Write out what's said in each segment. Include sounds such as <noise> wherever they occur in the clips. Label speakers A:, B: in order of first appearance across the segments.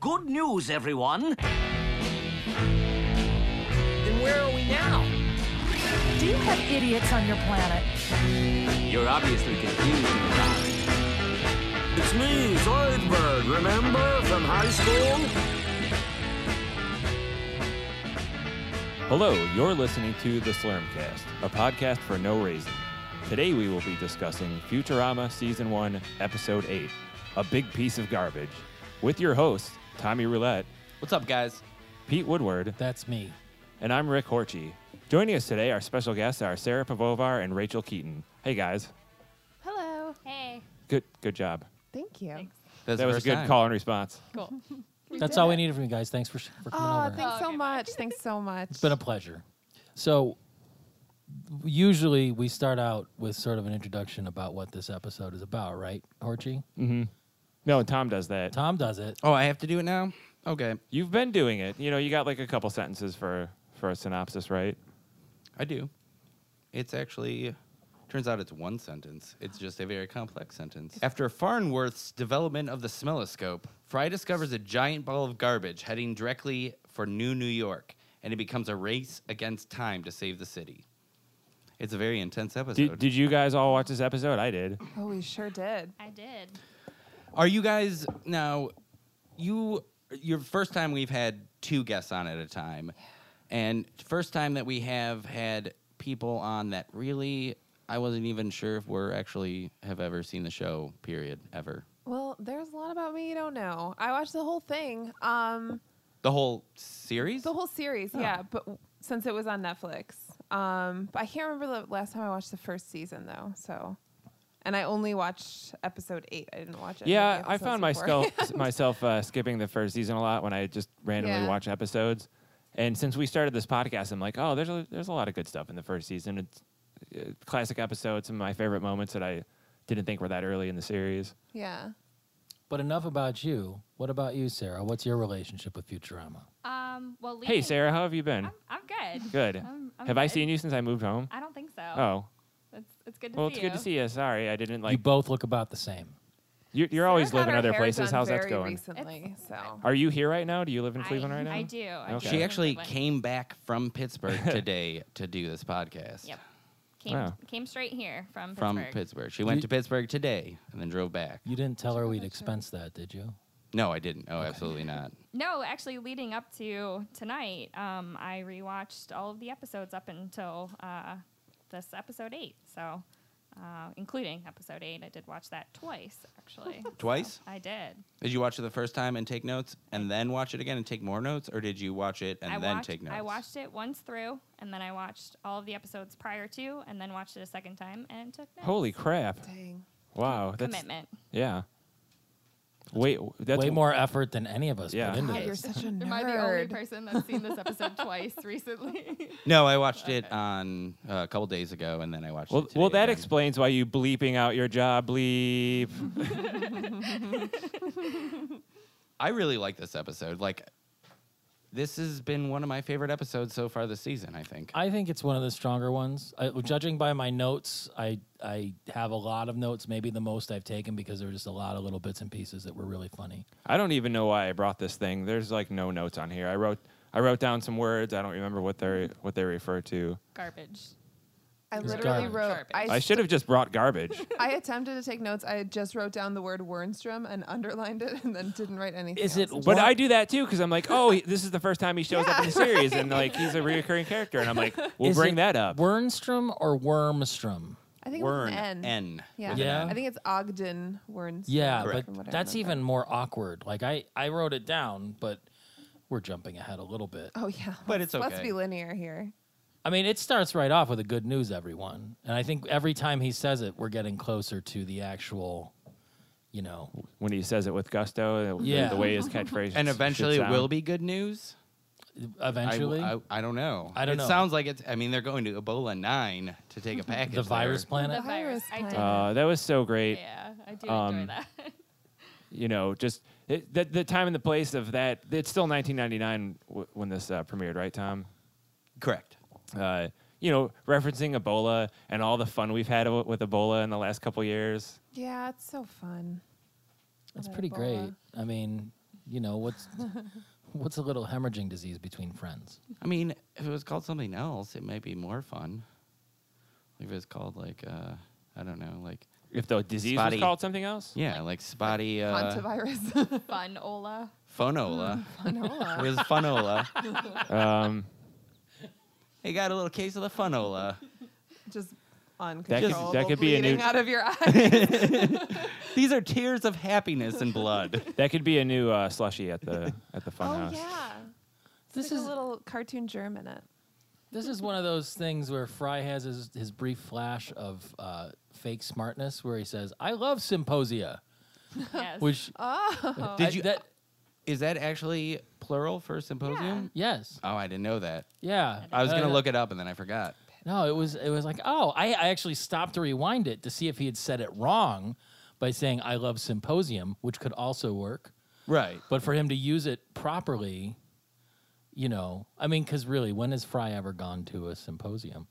A: Good news, everyone.
B: Then where are we now?
C: Do you have idiots on your planet?
A: You're obviously confused. Madonna.
D: It's me, Zoidberg, remember from high school?
E: Hello, you're listening to The Slurmcast, a podcast for no reason. Today we will be discussing Futurama Season 1, Episode 8, A Big Piece of Garbage, with your hosts, Tommy Roulette,
B: What's up, guys?
E: Pete Woodward,
F: That's me.
E: and I'm Rick Horchy. Joining us today, our special guests are Sarah Pavovar and Rachel Keaton. Hey guys,
G: Hello. Hey.
E: good good job.
G: Thank you. Thanks.
B: That's
E: that was a good call and response.
G: Cool.
F: That's all we needed from you guys. Thanks for, sh- for coming
G: Oh,
F: over.
G: thanks so much. Thanks so much.
F: It's been a pleasure. So, usually we start out with sort of an introduction about what this episode is about, right, Horchie?
E: Mm-hmm. No, and Tom does that.
F: Tom does it.
B: Oh, I have to do it now? Okay,
E: You've been doing it. You know, you got like a couple sentences for for a synopsis, right?
B: I do. It's actually, turns out it's one sentence. It's just a very complex sentence. After Farnworth's development of the smelloscope, Fry discovers a giant ball of garbage heading directly for New New York, and it becomes a race against time to save the city. It's a very intense episode.
E: Did, did you guys all watch this episode? I did.
G: oh, we sure did.
H: I did.
B: Are you guys now? You your first time we've had two guests on at a time, and first time that we have had people on that really I wasn't even sure if we're actually have ever seen the show. Period. Ever
G: Well, there's a lot about me you don't know. I watched the whole thing, um,
B: the whole series.
G: the whole series.
E: Oh.
G: Yeah, but w- since it was on Netflix, um, but I can't remember the last time I watched the first season though. So, and I only watched episode eight. I didn't watch it.
E: Yeah, I found
H: <laughs>
E: myself myself uh, skipping the first season a lot when I just randomly
G: Yeah.
E: watch episodes. And since we started this podcast, I'm like, oh, there's a, there's a lot of good stuff in the first season. It's uh, classic episodes, some of my favorite moments that I didn't think were that early in the series.
G: <laughs> yeah.
F: But enough about you. What about you, Sarah? What's your relationship with Futurama?
H: Um, well,
E: Hey,
H: leaving-
E: Sarah, how have you been?
H: I'm, I'm good.
E: good.
H: I'm- I'm
E: have I
H: good.
E: seen you since I moved home?
H: I don't think so.
E: oh,
H: It's, it's good to
E: well,
H: see
E: it's good to see you. Sorry, I didn't
F: you
E: like.
F: both look about the same.
E: You, you're always living other places. How's that going?
G: Recently, so
E: Are you here right now? Do you live in
H: I-
E: Cleveland right now?
H: I do. I
E: Okay.
H: do.
B: She actually
H: Cleveland.
B: came back from Pittsburgh today to do this podcast.
H: Yep. Came,
E: Wow.
H: came straight here from
B: From
H: Pittsburgh.
B: Pittsburgh. She went to Pittsburgh today and then drove back.
F: You didn't tell her we'd expense that, did you?
B: No, I didn't. Oh, absolutely not.
H: No, actually, leading up to tonight, um, I rewatched all of the episodes up until uh, this episode eight. So, uh, including episode eight, I did watch that twice.
E: <laughs>
H: Actually,
B: Twice?
H: I did.
B: Did you watch it the first time and take notes, and then watch it again and take more notes, or did you watch it and
H: I
B: then
H: watched,
B: take notes?
H: I watched it once through, and then I watched all of the episodes prior to, and then watched it a second time and took notes.
E: Holy crap!
G: dang.
E: Wow, that's
H: commitment.
E: yeah. Wait, that's
F: Way more effort than any of us
E: Yeah.
F: put into
G: God, you're
F: this.
G: such a nerd.
H: Am I the only person that's seen this <laughs> episode twice recently?
B: No, I watched it on uh, a couple days ago, and then I watched
E: Well,
B: it. Today
E: well, that
B: again.
E: explains why you bleeping out your job
H: <laughs>
E: bleep.
B: I really like this episode. Like, this has been one of my favorite episodes so far this season. I think.
F: I think it's one of the stronger ones. I, judging by my notes, I I have a lot of notes, maybe the most I've taken because there were just a lot of little bits and pieces that were really funny.
E: I don't even know why I brought this thing. There's like no notes on here. I wrote I wrote down some words. I don't remember what they what they refer to.
H: Garbage.
G: I
F: was
G: literally
F: garbage.
G: wrote.
H: Garbage.
G: I,
E: I should have just brought
H: <laughs>
E: garbage.
G: I attempted to take notes. I just wrote down the word Wernstrom and underlined it, and then didn't write anything.
F: Is it
G: else.
E: But
F: What?
E: I do that too because I'm like, oh, he- this is the first time he shows up in the series, and
H: <laughs>
E: like he's a reoccurring character, and I'm like, we'll
F: Is
E: bring
F: it
E: that up.
F: Wernstrom or Wormstrom?
G: I think
B: Wern
G: it was an N.
B: N.
G: Yeah.
B: with an
F: Yeah.
B: N.
G: I think it's Ogden Wernstrom.
F: Yeah,
B: Correct.
G: from what
F: but
G: I
F: that's
G: remember.
F: even more awkward. Like I I wrote it down, but we're jumping ahead a little bit.
G: Oh yeah,
B: But it's
G: Let's- Let's
B: okay.
G: be linear here.
F: I mean, it starts right off with a good news, everyone, and I think every time he says it, we're getting closer to the actual, you know,
E: When he says it with gusto, uh, the-
F: Yeah.
E: the way
H: <laughs>
E: his catchphrase should
B: And eventually, it
E: sound.
B: will be good news. I w-
F: eventually
B: I, I don't know.
F: I don't
B: it
F: know.
B: sounds like it's. I mean, they're going to Ebola nine to take a package.
F: the virus
B: there.
F: planet.
H: the
G: virus
H: virus. I
G: plan.
H: did.
E: Uh, that was so great.
H: yeah, I do
E: um,
H: enjoy that.
E: you know, just it, the, the time and the place of that. It's still 1999 w- when this uh, premiered, right, Tom?
B: Correct.
E: Uh, you know, referencing Ebola and all the fun we've had with Ebola in the last couple years.
G: Yeah, it's so fun.
F: That's
G: With
F: pretty
G: Ebola.
F: great. I mean, you know,
G: <laughs>
F: what's what's a little hemorrhaging disease between friends?
B: I mean, if it was called something else, it might be more fun. If it was called like uh, I don't know, like
E: If the disease
B: Spotty.
E: was called something else,
B: yeah, like spotty uh,
G: Hantavirus. <laughs>
H: Fun, Ola.
F: <laughs>
B: phonola.
G: Fanola.
B: It was
E: <laughs>
B: funola.
E: um,
B: He got a little case of the funola.
G: Just uncontrollable
E: that could be a new-
G: bleeding out of your eye.
B: These are tears of happiness and
F: <laughs>
B: blood.
E: that could be a new uh, slushy at the at the
G: <laughs> oh
E: funhouse.
G: yeah.
F: This
G: This
F: is-
G: is a little cartoon germ in it.
F: This is one of those things where Fry has his, his brief flash of uh, fake smartness where he says, I love symposia.
H: <laughs> Yes.
F: Which
G: Oh.
B: Did
F: I-
B: you-
F: that
B: Is that actually plural for symposium?
F: yes.
B: Oh, I didn't know that.
F: Yeah.
B: I was
F: Uh,
B: gonna look it up and then I forgot.
F: No, it was it was like, oh, I, I actually stopped to rewind it to see if he had said it wrong by saying I love symposium, which could also work.
B: Right.
F: But for him to use it properly, you know, I mean, because really, when has Fry ever gone to a symposium?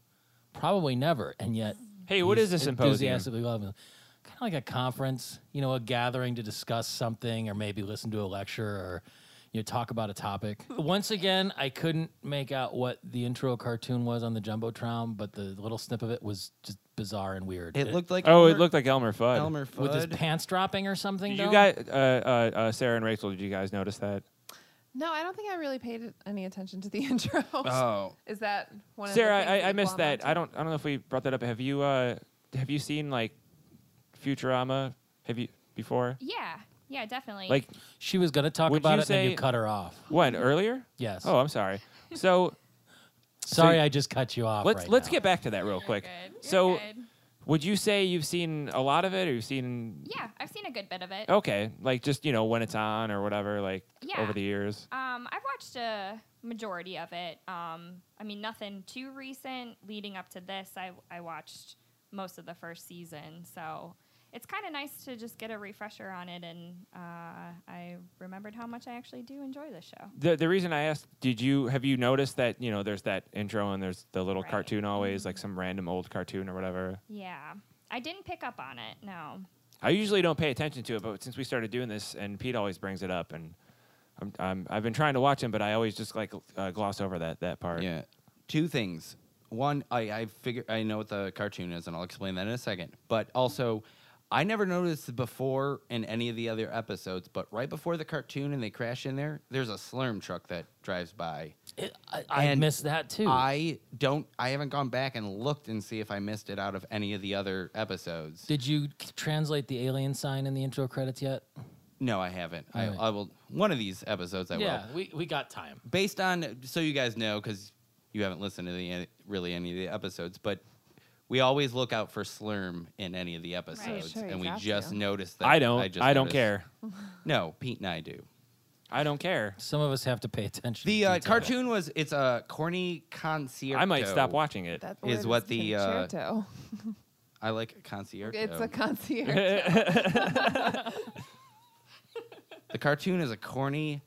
F: Probably never. And yet,
E: Hey, what
F: he's
E: is a symposium?
F: Enthusiastically loving, kind of like a conference, you know, a gathering to discuss something, or maybe listen to a lecture, or you know, talk about a topic. Once again, I couldn't make out what the intro cartoon was on the jumbotron, but the little snip of it was just bizarre and weird.
B: It looked like
E: Oh,
B: Elmer,
E: it looked like Elmer Fudd.
B: Elmer Fudd.
F: with his pants dropping or something.
E: Did
F: though?
E: you guys, uh, uh, uh, Sarah and Rachel, did you guys notice that?
G: No, I don't think I really paid any attention to the <laughs> intro.
B: oh,
G: Is that one of
E: Sarah,
G: the things
E: I, I
G: you
E: missed
G: glom
E: that.
G: onto?
E: I don't. I don't know if we brought that up. Have you? Uh, have you seen like Futurama? Have you before?
H: yeah. Yeah, definitely.
E: Like
F: She was going to talk
E: Would you
F: about it, and then
E: say-
F: you cut her off.
E: when earlier?
F: Yes.
E: Oh, I'm sorry.
F: <laughs>
E: So
F: Sorry,
E: so-
F: I just cut you off.
E: let's
F: right
E: let's
F: now.
E: get back to that real
H: You're
E: quick.
H: good. You're
E: So
H: good.
E: would you say you've seen a lot of it, or you've seen?
H: yeah, I've seen a good bit of it.
E: Okay, like just you know when it's on or whatever, like
H: Yeah.
E: over the years.
H: Um, I've watched a majority of it. Um, I mean, nothing too recent. Leading up to this, I, I watched most of the first season, so it's kind of nice to just get a refresher on it. And uh, I remembered how much I actually do enjoy this show.
E: The the reason I asked, did you have you noticed that you know there's that intro and there's the little
H: Right. Mm-hmm.
E: cartoon always, like some random old cartoon or whatever.
H: Yeah, I didn't pick up on it. No.
E: I usually don't pay attention to it, but since we started doing this, and Pete always brings it up, and I'm, I'm, I've been trying to watch him, but I always just like uh, gloss over that that part.
B: yeah. Two things. One, I I figure I know what the cartoon is, and I'll explain that in a second. But also, I never noticed before in any of the other episodes, but right before the cartoon and they crash in there, there's a slurm truck that drives by.
F: It- I, I
B: And
F: missed that too.
B: I don't. I haven't gone back and looked and see if I missed it out of any of the other episodes.
F: Did you k- translate the alien sign in the intro credits yet?
B: no, I haven't. I,
F: Alright.
B: I will. One of these episodes, I will.
F: we, we got time.
B: based on so you guys know because you haven't listened to the, really any of the episodes but we always look out for slurm in any of the episodes
G: Sure, you
B: and we
G: have
B: just
G: to.
B: noticed that
E: I don't. I,
B: just
E: don't
B: noticed.
E: care.
B: no pete and i do
E: I don't care.
F: Some of us have to pay attention.
B: the
F: to
B: uh,
F: detail.
B: cartoon was it's a corny concierge
E: I might stop watching it. <laughs>
G: That
B: Is
G: word
B: what the, uh,
G: concerto.
B: i like concierge
G: it's
E: <laughs>
G: a concierge.
B: the cartoon is a corny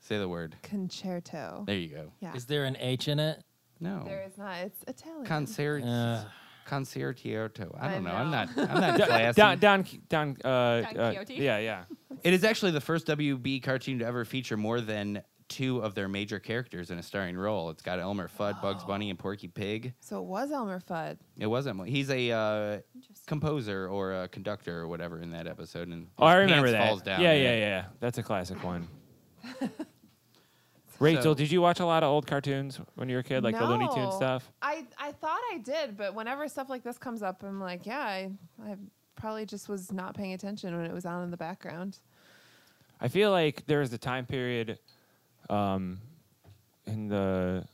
B: say the word
G: concerto.
B: there you go
G: Yeah.
F: Is there an H in it?
B: no
G: there is not. It's Italian.
B: concierge
F: Uh,
B: Concierto. I
G: I
B: don't know. I'm
G: know.
B: not.
G: <laughs>
B: I'm not classy.
E: Don Don Don. Uh,
H: Don
E: uh,
H: Quixote.
E: yeah, yeah.
B: It is actually the first WB cartoon to ever feature more than two of their major characters in a starring role. It's got Elmer Fudd, Bugs Bunny, and Porky Pig.
G: so it was Elmer Fudd.
B: It wasn't. He's a uh,
H: Interesting.
B: composer or a conductor or whatever in that episode. And
E: Oh, I
B: his
E: remember
B: pants
E: that.
B: Falls down
E: yeah,
B: and
E: yeah,
B: it-
E: yeah. That's a classic one. Rachel, did you watch a lot of old cartoons when you were a kid, like the Looney Tunes
G: No.
E: stuff?
G: I, I thought I did, but whenever stuff like this comes up, I'm like, yeah, I, I probably just was not paying attention when it was on in the background.
E: I feel like there was a time period, um, in the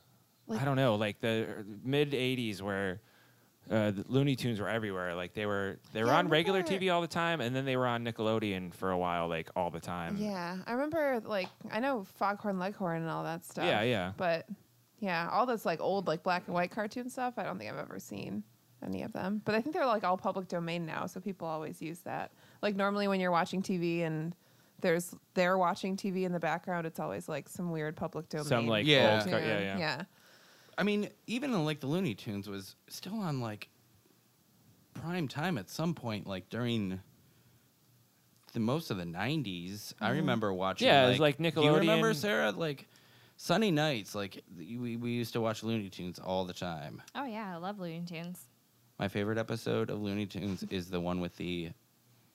G: Like-
E: I don't know, like the mid '80s where uh, the Looney Tunes were everywhere. Like they were they were
G: Yeah, I
E: on regular
G: remember-
E: TV all the time, and then they were on Nickelodeon for a while, like all the time.
G: Yeah, I remember like I know Foghorn Leghorn and all that stuff.
E: Yeah, yeah.
G: But yeah, all this like old like black and white cartoon stuff. I don't think I've ever seen any of them. But I think they're like all public domain now, so people always use that. Like normally when you're watching TV and there's they're watching TV in the background, it's always like some weird public domain.
E: Some like
B: Yeah.
E: old, car- yeah, yeah.
G: yeah.
B: I mean, even in, like the Looney Tunes was still on like prime time at some point, like during the most of the '90s. I remember watching.
E: Mm-hmm. Yeah, it was, like,
B: Do you remember
E: Nickelodeon.
B: Sarah? Like Sunday nights, like we we used to watch Looney Tunes all the time.
H: Oh yeah, I love Looney Tunes.
B: My favorite episode of
E: <laughs>
B: Looney Tunes is the one with the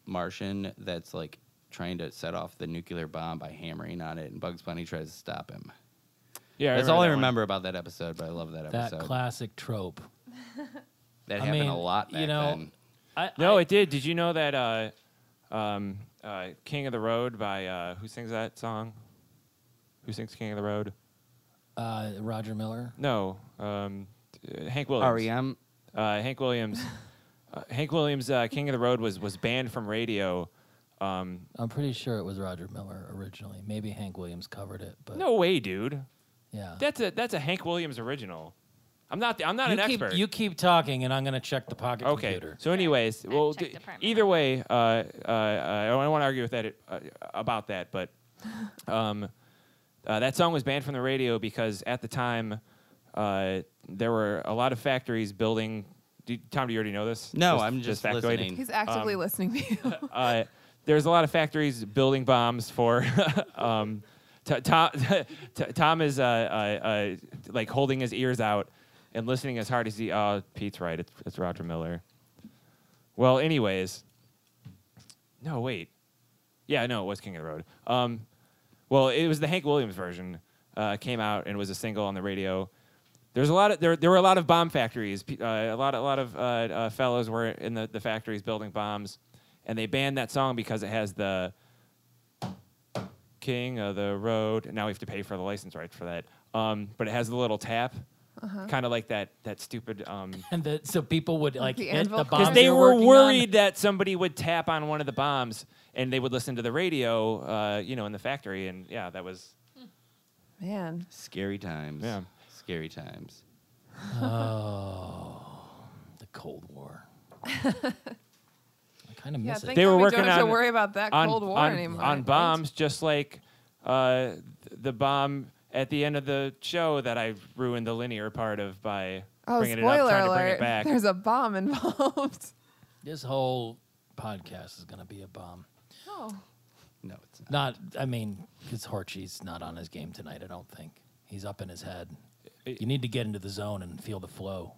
B: Martian that's like trying to set off the nuclear bomb by hammering on it, and Bugs Bunny tries to stop him.
E: Yeah,
B: That's all I
E: that one.
B: remember about that episode, but I love that
F: That
B: episode.
F: classic trope.
B: that
F: I
B: happened
F: mean,
B: a lot
F: you
B: back
F: know,
B: then.
F: I,
E: No,
F: I-
E: it did. Did you know that uh, um, uh, "King of the Road" by uh, who sings that song? Who sings "King of the Road"?
F: uh, Roger Miller.
E: No, um, uh, Hank Williams.
B: REM.
E: Uh, Hank
F: <laughs>
E: Williams. uh, Hank Williams' uh, "King of the Road" was was banned from radio. Um,
F: I'm pretty sure it was Roger Miller originally. Maybe Hank Williams covered it, but
E: no way, dude.
F: yeah.
E: That's a that's a Hank Williams original. I'm not I'm not
F: you
E: an
F: keep,
E: expert.
F: You keep talking, and I'm gonna check the pocket
E: Okay.
F: computer.
E: So, anyways,
H: Fact
E: well,
H: check
E: d-
H: department.
E: either way, uh, uh, uh, I don't want to argue with that uh, about that,
H: <laughs>
E: but um, uh, that song was banned from the radio because at the time uh, there were a lot of factories building. Do, Tom, do you already know this?
B: No, I'm just
E: factoid?
B: listening.
G: He's actively
E: Um,
G: listening to
E: <laughs>
G: you. <laughs>
E: Uh, there's a lot of factories building bombs for. <laughs> um, t- Tom, t- <laughs> Tom is uh, uh, uh, like holding his ears out and listening as hard as he. Oh, Pete's right. It's, it's Roger Miller. Well, anyways. No, wait. Yeah, no, it was King of the Road. Um, well, it was the Hank Williams version. Uh, came out and was a single on the radio. There's a lot of there. There were a lot of bomb factories. Pe- Uh, a lot, a lot of uh, uh, fellows were in the, the factories building bombs, and they banned that song because it has the King of the Road. And now we have to pay for the license rights for that. Um, but it has the little tap, kind of like that that stupid. Um,
F: And the, so people would like
G: The
F: hit
G: anvil
F: the
G: crash.
F: bombs
E: because they
F: they're
E: were
F: working on.
E: worried that somebody would tap on one of the bombs, and they would listen to the radio, uh, you know, in the factory, and yeah, that was
G: Man,
B: Scary times.
E: Yeah.
B: Scary times.
F: Oh, the Cold War. I kind of
G: <laughs> yeah.
F: miss
G: Thank
F: it.
E: They were
G: God we
E: working
G: don't have
E: on-
G: to worry about that
E: on,
G: Cold War
E: on,
G: anymore.
E: on
G: Right?
E: bombs, just like uh, th- the bomb at the end of the show that I ruined the linear part of by
G: Oh,
E: bringing it up,
G: spoiler
E: trying to bring
G: alert!
E: it back.
G: There's a bomb involved. <laughs>
F: This whole podcast is gonna be a bomb.
G: Oh,
B: No, it's not.
F: Not, I mean, because Horchie's not on his game tonight. I don't think he's up in his head. You need to get into the zone and feel the flow.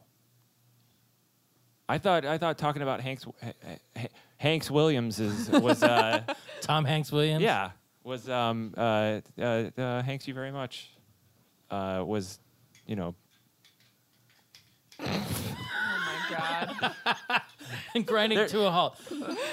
E: I thought I thought talking about Hanks H- H- Hanks Williams is was uh,
F: Tom Hanks Williams.
E: yeah was um uh, uh, uh, Hanks you very much uh, was you know
G: oh my <laughs> God!
F: <laughs> and grinding
E: There-
F: to a halt.
E: <laughs>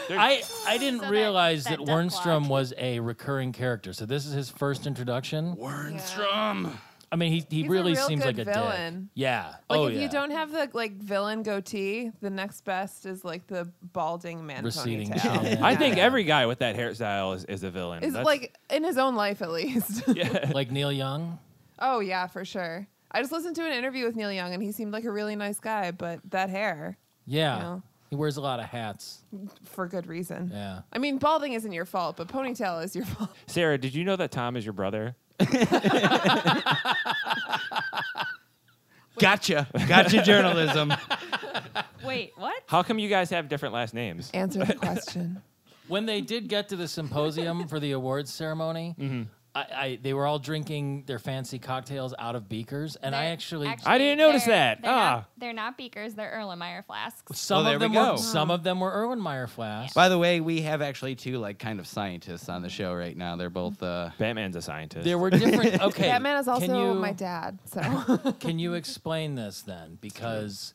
E: there-
F: I, I didn't
H: So that-
F: realize that,
H: that duck
F: Wernstrom
H: watch.
F: was a recurring character. So this is his first introduction.
G: Wernstrom.
F: I mean, he, he
G: He's a
F: really
G: real
F: seems
G: good
F: like a dick.
G: villain.
F: Yeah.
G: Like
F: oh
G: if
F: yeah.
G: you don't have the like villain goatee, the next best is like the balding man
F: Receding
G: ponytail. <laughs>
F: chin.
E: I think every guy with that hairstyle is, is a villain.
G: is
E: That's-
G: like in his own life at <laughs> least.
F: like Neil Young.
G: oh yeah, for sure. I just listened to an interview with Neil Young and he seemed like a really nice guy, but that hair
F: Yeah.
G: No.
F: He wears a lot of hats.
G: for good reason.
F: Yeah.
G: I mean, balding isn't your fault, but ponytail is your <laughs> fault.
E: Sarah, did you know that Tom is your brother?
B: Gotcha. <laughs> Gotcha journalism.
H: Wait, what?
E: How come you guys have different last names?
G: Answer
F: <laughs>
G: the question.
F: When they did get to the symposium for the awards
B: <laughs>
F: ceremony,
B: Mm-hmm.
F: I, I they were all drinking their fancy cocktails out of beakers, and I
H: They're-
F: actually,
E: I didn't notice
H: they're-
E: that.
H: They're
E: Ah.
H: not, they're not beakers. They're Erlenmeyer flasks.
F: some
B: Well,
F: of
B: there
F: them
B: we
F: were
B: go.
G: Uh-huh.
F: some of them were Erlenmeyer flasks.
B: By the way, we have actually two like kind of scientists on the show right now. They're both uh
E: Batman's a scientist.
F: There
B: <laughs>
F: were different. Okay,
G: Batman is also
F: can you,
G: my dad,
F: <laughs>
G: so
F: Can you explain
B: <laughs>
F: this then? Because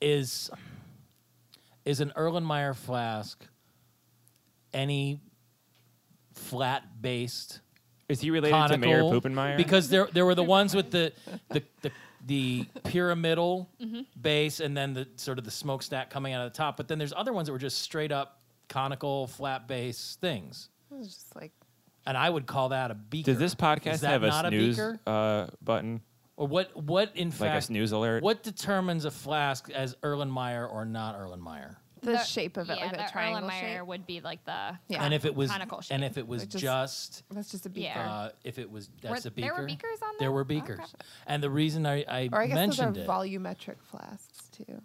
F: is is an Erlenmeyer flask any flat based?
E: is he related to Mayor
F: conical,
E: Poopenmeyer?
F: because there there were the ones with the the the, the
H: <laughs>
F: pyramidal
H: Mm-hmm.
F: base and then the sort of the smokestack coming out of the top. But then there's other ones that were just straight up conical flat base things,
G: it's just like
F: and I would call that a beaker.
E: does this
F: Is
E: podcast
F: that
E: have a
F: not
E: snooze
F: beaker?
E: uh, button?
F: or what? What in
E: Like a
F: fact?
E: snooze alert?
F: What determines a flask as Erlenmeyer or not Erlenmeyer?
G: the, shape of it,
H: yeah,
G: like that
H: the
G: triangle
H: Erlenmeyer
G: shape.
H: would be like the
G: Yeah.
F: and if it was
H: conical shape.
F: and if it was
G: Like
F: just,
G: just- That's just a beaker.
H: Yeah.
F: uh, if it was that's
H: Were-
F: a beaker.
H: there were beakers on
F: There
H: them?
F: were
H: Okay.
F: beakers, and the reason I, I,
G: Or I guess
F: mentioned
G: those are
F: it.
G: volumetric flasks too.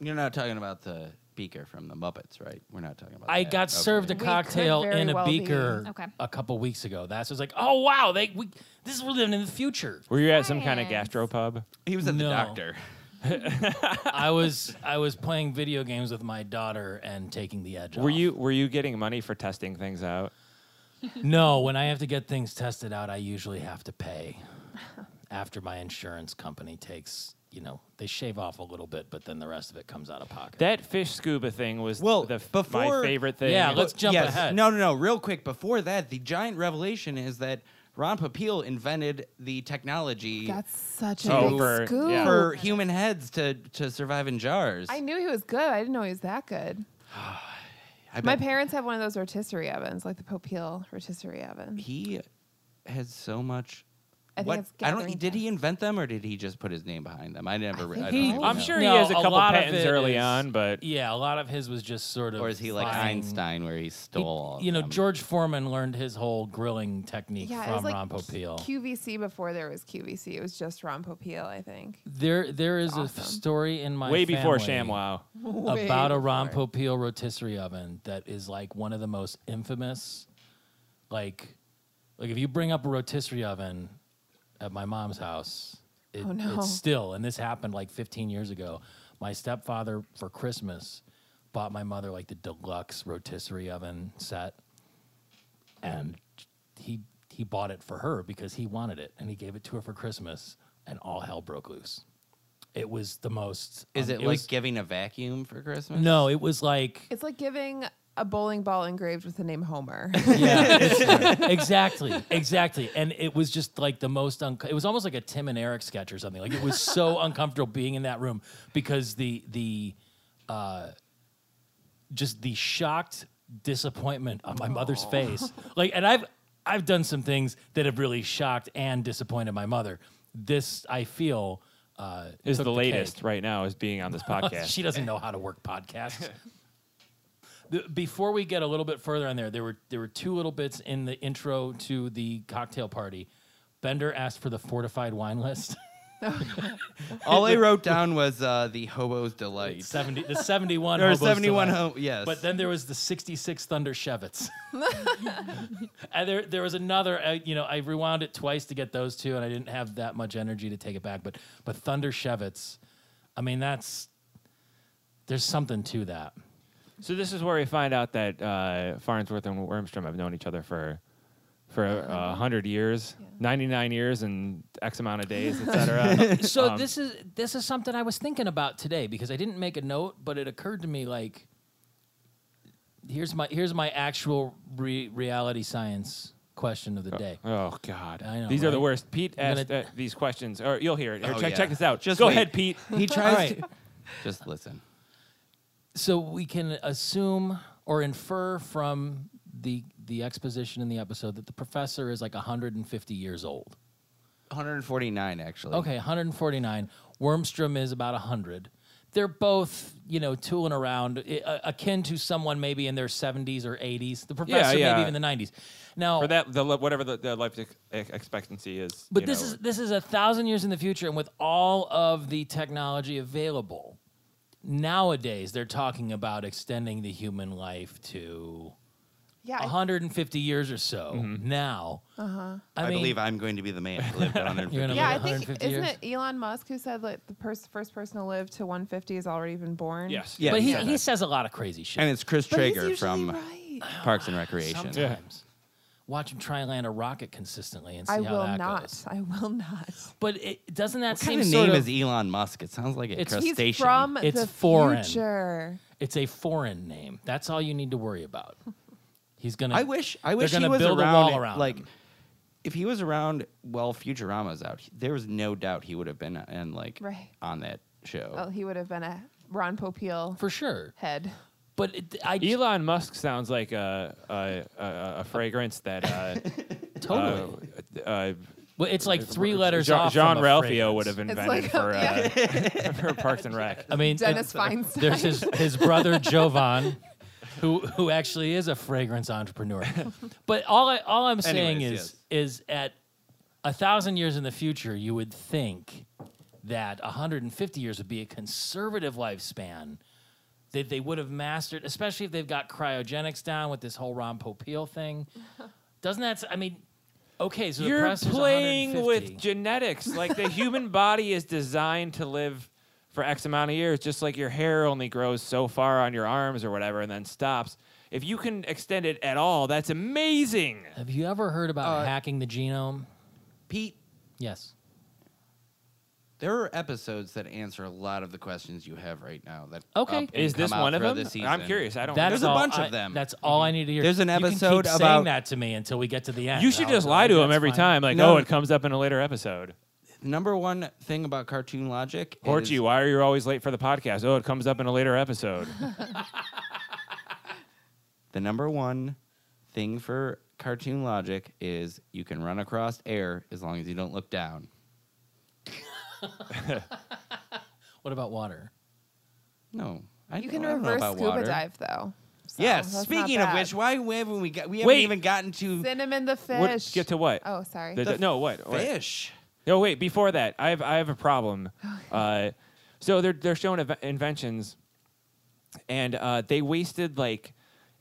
B: You're not talking about the beaker from the Muppets, right? We're not talking about.
F: I
B: that.
F: got
B: Okay.
F: served a
G: could
F: cocktail
G: very
F: in a
G: well be.
F: beaker
H: Okay.
F: a couple weeks ago. That's just like, oh wow, they we this is we're living in the
E: <laughs>
F: future.
E: Were you at some kind of
H: Science.
E: gastropub?
B: He was at
F: No.
B: the doctor.
F: I was I was playing video games with my daughter and taking the edge off.
E: Were <laughs> you were you getting money for testing things out?
F: No, when I have to get things tested out, I usually have to pay after my insurance company takes, you know, they shave off a little bit, but then the rest of it comes out of pocket.
E: That fish scuba thing was
B: Well,
E: the f- my
B: before-
E: favorite thing.
F: Yeah, let's jump
B: yes.
F: ahead.
B: No, no, no. Real quick. Before that, the giant revelation is that Ron Popeil invented the technology
G: That's such
E: Oh,
G: a big
E: for-
G: scoop.
E: yeah.
B: for human heads to, to survive in jars.
G: I knew he was good. I didn't know he was that good.
B: I
G: My
B: bet
G: parents have one of those rotisserie ovens, like the Popeil rotisserie oven.
B: He has so much.
G: I think
B: what
G: it's
B: I
G: gathering
B: don't. Did
G: time.
B: he invent them or did he just put his name behind them? I never. re-
G: think
B: I don't
G: he-
B: even
E: I'm
B: know.
E: sure he
F: No,
E: has a
F: a
E: couple
F: lot of
E: patents
F: it
E: early
F: is-
E: on, but
F: Yeah, a lot of his was just sort of
B: Or is he like
F: fine-
B: Einstein, where he
F: He-
B: stole?
F: you know,
B: George.
F: George Foreman learned his whole grilling technique
G: Yeah, it
F: from
G: was like
F: Ron Popeil.
G: QVC before there was QVC. It was just Ron Popeil, I think.
F: there, there is a
G: Awesome.
F: f- story in my
E: way before
F: family
E: ShamWow.
G: <laughs>
F: about a
G: Way
F: Ron
G: before.
F: Popeil rotisserie oven that is like one of the most infamous. Like, like if you bring up a rotisserie oven at my mom's house, it,
G: Oh, no.
F: it's still. And this happened like 15 years ago. My stepfather for Christmas bought my mother like the deluxe rotisserie oven set, and he he bought it for her because he wanted it, and he gave it to her for Christmas, and all hell broke loose. It was the most.
B: Is
F: um,
B: it like
F: was-
B: giving a vacuum for Christmas?
F: no, it was like
G: It's like giving a bowling ball engraved with the name Homer. <laughs>
F: exactly, exactly, and it was just like the most. Un- it was almost like a Tim and Eric sketch or something. Like it
E: <laughs>
F: was so uncomfortable being in that room because the the uh, just the shocked disappointment on my mother's face. Like, and I've I've done some things that have really shocked and disappointed my mother. This I feel uh,
E: Is
F: took
E: the latest
F: cake.
E: right now is being <laughs> on this podcast.
F: She doesn't know how to work podcasts. The- Before we get a little bit further on there, there were there were two little bits in the intro to the cocktail party. Bender asked for the fortified wine list. <laughs>
B: All I wrote down was uh, the hobo's delight.
F: Seventy the seventy one
B: or seventy one ho yes.
F: But then there was the sixty six Thunder Shevitz. <laughs> and there there was another. Uh, you know, I rewound it twice to get those two, and I didn't have that much energy to take it back. But but Thunder Shevitz, I mean, that's there's something to that.
E: So this is where we find out that uh, Farnsworth and Wormstrom have known each other for for uh, hundred years, ninety nine years, and X amount of days, etc.
F: so
E: Um,
F: this is this is something I was thinking about today because I didn't make a note, but it occurred to me like here's my here's my actual re- reality science question of the day.
E: oh God,
F: I know,
E: these are the
F: right?
E: worst. Pete
F: I'm gonna-
E: asked uh, these questions, or you'll hear it. Here,
B: Oh,
E: check,
B: yeah.
E: check this out.
B: Just
E: go
B: wait.
E: ahead, Pete.
B: <laughs> he tries
F: right.
B: to just listen.
F: So we can assume or infer from the the exposition in the episode that the professor is like 150 years old.
B: 149 actually.
F: Okay, 149. Wormstrom is about 100. They're both, you know, tooling around, i- a- akin to someone maybe in their 70s or 80s. The professor
E: yeah.
F: maybe even the 90s. Now,
E: Or that the li- whatever the, the life ex- ex- expectancy is.
F: But
E: you
F: this
E: know.
F: is this is a thousand years in the future, and with all of the technology available nowadays, they're talking about extending the human life to
G: yeah, I,
F: 150 years or so now. Uh-huh.
B: I,
F: I, mean,
B: believe I'm going to be the man who
F: <laughs>
B: lived
F: You're
B: 150.
F: gonna-
G: yeah, I
F: live
G: think
F: 150
G: isn't
F: years?
G: it Elon Musk who said like the pers- first person to live to 150 has already been born?
E: yes.
B: Yeah,
F: but he,
B: said
F: he
B: that.
F: says a lot of crazy
B: <laughs>
F: shit.
B: and it's Chris
G: but he's
B: Traeger
G: usually
B: from
G: right.
B: Parks and Recreation.
F: Sometimes watch him try and land a rocket consistently and see
G: I
F: how
G: will
F: that
G: not.
F: goes.
G: I will not.
F: But it, doesn't that
B: What
F: seem
B: kind of
F: sort
B: name
F: of
B: is Elon Musk? It sounds like a
F: It's-
G: <laughs> He's
B: crustacean.
G: from
F: It's
G: the
F: foreign.
G: future.
F: it's a foreign name. That's all you need to worry about. He's gonna.
B: I wish I
F: they're
B: wish he
F: gonna
B: was
F: build
B: around,
F: a wall
B: and,
F: around
B: like
F: him.
B: if he was around while Futurama's out, he- there was no doubt he would have been and like
G: Right. Oh,
B: on that show.
G: Well, he would have been a Ron Popeil
F: for sure.
G: head.
F: But it, I
E: Elon Musk sounds
F: <laughs>
E: like a a, a, a fragrance that uh,
F: totally.
E: uh, uh,
F: Well, it's like three letters
E: Jean,
F: off.
E: Jean
F: from a
E: Ralphio
F: fragrance.
E: would have invented
G: like-
E: for, uh, <laughs>
F: <laughs>
E: for Parks and Rec.
F: I mean,
G: Dennis
F: it-
G: Feinstein.
E: <laughs>
F: there's his his brother Jovan, who who actually is a
E: <laughs>
F: fragrance entrepreneur. But all I all I'm saying
B: Anyways,
F: is is at a thousand years in the future, you would think that 150 years would be a conservative lifespan. That they would have mastered, especially if they've got cryogenics down with this whole Ron Popeil
E: <laughs>
F: thing. Doesn't that? s- I mean, okay, so the
E: You're
F: press is
E: playing
F: 150.
E: with genetics.
F: <laughs>
E: Like the human body is designed to live for X amount of years, just like your hair only grows so far on your arms or whatever and then stops. If you can extend it at all, that's amazing.
F: Have you ever heard about
E: Uh,
F: hacking the genome?
B: Pete,
F: Yes.
B: there are episodes that answer a lot of the questions you have right now. That
F: Okay.
B: up and
E: Is this
B: come out
E: one of
B: throughout
E: them?
B: the
E: I'm
B: season.
E: curious. I don't.
F: That's
B: Oh, There's a
F: all
B: bunch
F: I-
B: of them. Mm-hmm.
F: That's all I need to hear.
B: There's an
F: You can keep
B: episode
F: saying
B: about-
F: that to me until we get to the end.
E: you should
F: I'll-
E: just
F: I'll
E: lie
F: think
E: to him
F: that's
E: every
F: fine.
E: time. Like,
B: No.
E: oh, it comes up in a later episode.
B: Number one thing about Cartoon Logic. is-
E: Porchy, why are you always late for the podcast? Oh, it comes up in a later episode.
G: <laughs>
B: the number one thing for Cartoon Logic is you can run across air as long as you don't look down.
F: What about water?
B: No, I
G: <laughs> You
B: don't-
G: can
B: I don't know
G: reverse
B: about
G: scuba
B: water.
G: dive though. So
B: Yes.
G: that's not
B: Speaking of
G: bad.
B: which, why haven't we got? We haven't
E: Wait.
B: even gotten to
G: cinnamon the fish.
E: What- get to what?
G: oh, sorry.
E: The- no, what? What?
B: fish.
E: No, wait. Before that, I have I have a
G: <sighs>
E: problem. Uh, so they're they're showing inve- inventions, and uh, they wasted like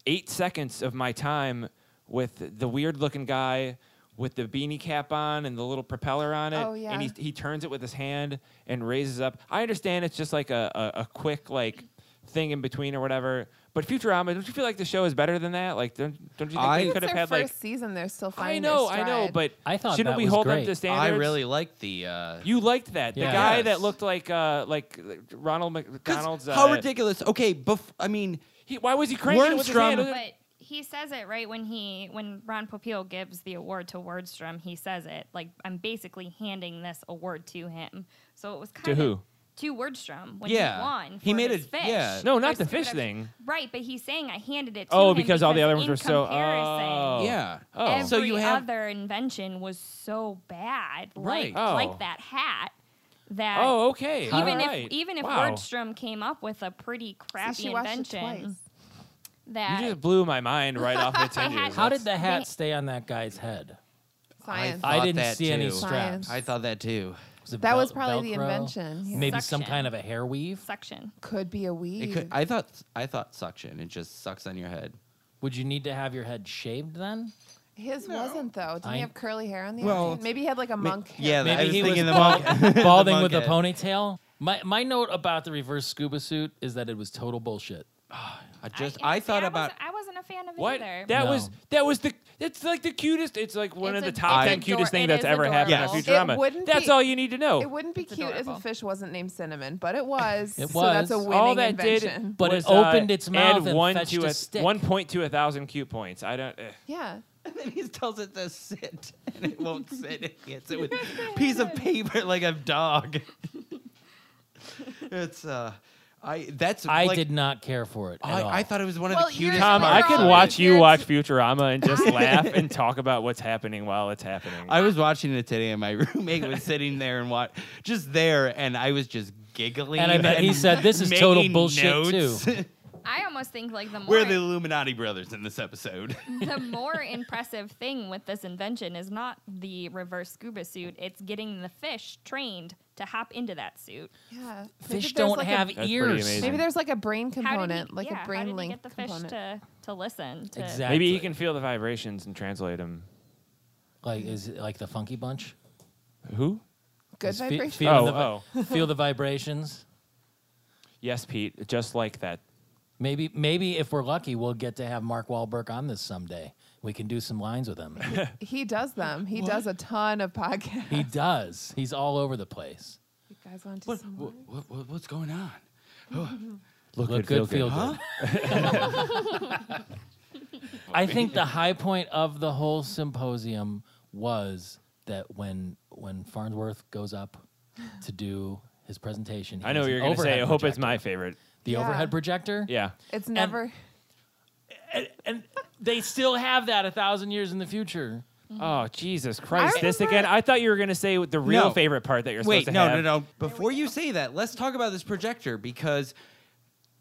E: eight seconds of my time with the weird looking guy with the beanie cap on and the little propeller on it.
G: Oh, yeah.
E: And he he turns it with his hand and raises up. I understand it's just like a a, a quick like thing in between or whatever. But Futurama, don't you feel like the show is better than that? Like, don't, don't you think
B: I-
E: they
G: It's
E: could have
G: their
E: had
G: first
E: like?
G: season. They're still
E: I
G: finding their
E: know, I know,
G: stride.
E: but
F: I thought
E: shouldn't
F: that
E: we
F: was
E: hold
F: great.
E: them to
B: I
E: standards?
B: really like the. Uh,
E: You liked that. The
F: Yeah.
E: guy
B: Yes.
E: that looked like uh like Ronald McDonald's. Uh,
B: how ridiculous! Okay, bef- I mean,
E: He, why was he cranking it with his hand?
B: Wernstrom-
H: But he says it right when he when Ron Popeil gives the award to Wordstrom. He says it like I'm basically handing this award to him. So it was kind of
E: who?
H: To Wordstrom when
B: Yeah.
H: he won.
B: He
H: for
B: made
H: his
B: it-
H: fish.
B: yeah.
E: No, not
H: Or
E: the fish
H: whatever.
E: thing.
H: Right, but he's saying I handed it to
E: Oh,
H: him
E: because all the other ones
H: in
E: were so-
H: comparison,
E: Oh.
B: yeah.
E: Oh.
H: Every
B: So you have-
H: other invention was so bad,
B: Right.
H: like
E: Oh.
H: like that hat. That
E: Oh, okay.
H: even
E: Alright.
H: if even if
E: wow.
H: Wordstrom came up with a pretty crappy
G: See, she watched it
H: invention,
G: twice.
H: that
E: you just blew my mind right off
H: <laughs>
E: its hinges.
F: How did the hat
H: They-
F: stay on that guy's head?
G: Science.
B: I
F: I
B: Thought
F: didn't
B: that
F: see any
B: too.
F: straps.
G: Science.
B: I thought that too.
F: Was it
G: that was
F: vel-
G: probably the
F: Velcro?
G: invention. yeah.
F: Maybe some
H: Suction.
F: kind of a hair weave.
H: section.
G: could be a weed.
B: It could. I thought. I thought suction. It just sucks on your head.
F: Would you need to have your head shaved
G: <laughs>
F: then?
G: His wasn't though. Didn't
F: I-
G: he have curly hair on the
B: Well,
G: end? Maybe he had like a monk. hair.
B: Yeah, I
F: Maybe
B: was
F: he
B: thinking
F: was
B: the monk. <laughs>
F: balding
B: monk
F: with a
B: head.
F: ponytail. My my note about the reverse scuba suit is that it was total bullshit.
B: I just. I, thought about.
H: Wasn't, I wasn't a fan of it
E: What?
H: either.
E: That was that was the. That's like the cutest. It's like one
H: It's
E: of the
H: a-
E: top
H: it's
E: ten cutest
H: ador-
E: thing
H: it
E: that's
H: is
E: ever happened
H: adorable.
E: to Futurama.
G: It wouldn't
E: that's
G: be-
E: all you need to know.
G: It wouldn't be
H: It's
G: cute if
H: adorable.
G: a fish wasn't named Cinnamon, but
H: <laughs>
G: it was.
F: It
G: So that's a
F: was.
G: winning
E: all that
G: invention.
E: did,
F: But it
E: was,
F: opened
E: uh,
F: its mouth
E: add
F: and
E: one
F: fetched
E: to
F: a
E: a-
F: stick.
E: one point to a thousand cute points. I don't. eh.
G: Yeah.
B: <laughs> And then he tells it to sit, <laughs> and it
G: <laughs>
B: won't sit. It hits it with a piece of paper like a dog. <laughs> it's uh, I. That's.
F: I
B: like,
F: did not care for it at all.
B: I, I thought it was one of
G: Well,
B: the
G: you're-
B: cutest.
E: Tom,
G: Tom,
E: I
B: parts
E: could
B: of it.
E: watch you
G: You're-
E: watch Futurama and just laugh and talk about what's happening while it's happening.
B: I was watching it today, and my <laughs> roommate was sitting there and watch, just there, and I was just giggling.
F: And I bet he said, "This is total
B: making
F: bullshit,
B: notes.
F: too."
H: I almost think like the
B: <laughs>
H: more <laughs>
B: We're the Illuminati brothers in this episode.
G: <laughs>
H: the more impressive thing with this invention is not the reverse scuba suit. It's getting the fish trained to hop into that suit.
G: Yeah. Maybe
F: Fish
G: there's
F: don't
G: like
F: have
G: A,
E: pretty
F: ears.
E: amazing.
G: maybe there's like a brain
H: How did he-
G: component, like
H: yeah,
G: a
H: how
G: brain
H: did he
G: link
H: get the fish
G: component.
H: to, to listen? To,
F: Exactly.
E: Maybe he can feel the vibrations and translate them.
F: Like is it like the Funky Bunch?
E: Who?
G: Good
F: Fe-
G: vibration.
F: feel
E: Oh, <laughs>
F: the vi- feel the vibrations.
E: Yes, Pete. Just like that.
F: Maybe, maybe if we're lucky, we'll get to have Mark Wahlberg on this someday. We can do some lines
E: <laughs>
F: with him.
G: He does them. He does a ton
F: <laughs>
G: of podcasts.
F: he does. He's all over the place.
G: You guys want to
B: what,
G: some more?
B: what, what, what's going on?
E: Look,
F: Look good, feel good. I think the high point of the whole symposium was that when when Farnsworth goes up to do his presentation, he
E: I know
F: has
E: what
F: an
E: you're gonna say. I
F: overhead
E: hope it's
F: projector.
E: my favorite.
F: the
G: Yeah.
F: overhead projector.
E: Yeah.
G: It's never.
F: and they still have that a thousand years in the future.
E: Oh Jesus Christ! This
G: Mm-hmm. remember-
E: again? I thought you were gonna say the real
B: No.
E: favorite part that you're
B: Wait,
E: supposed to
B: no,
E: have.
B: no, no. Before you say that, let's talk about this projector because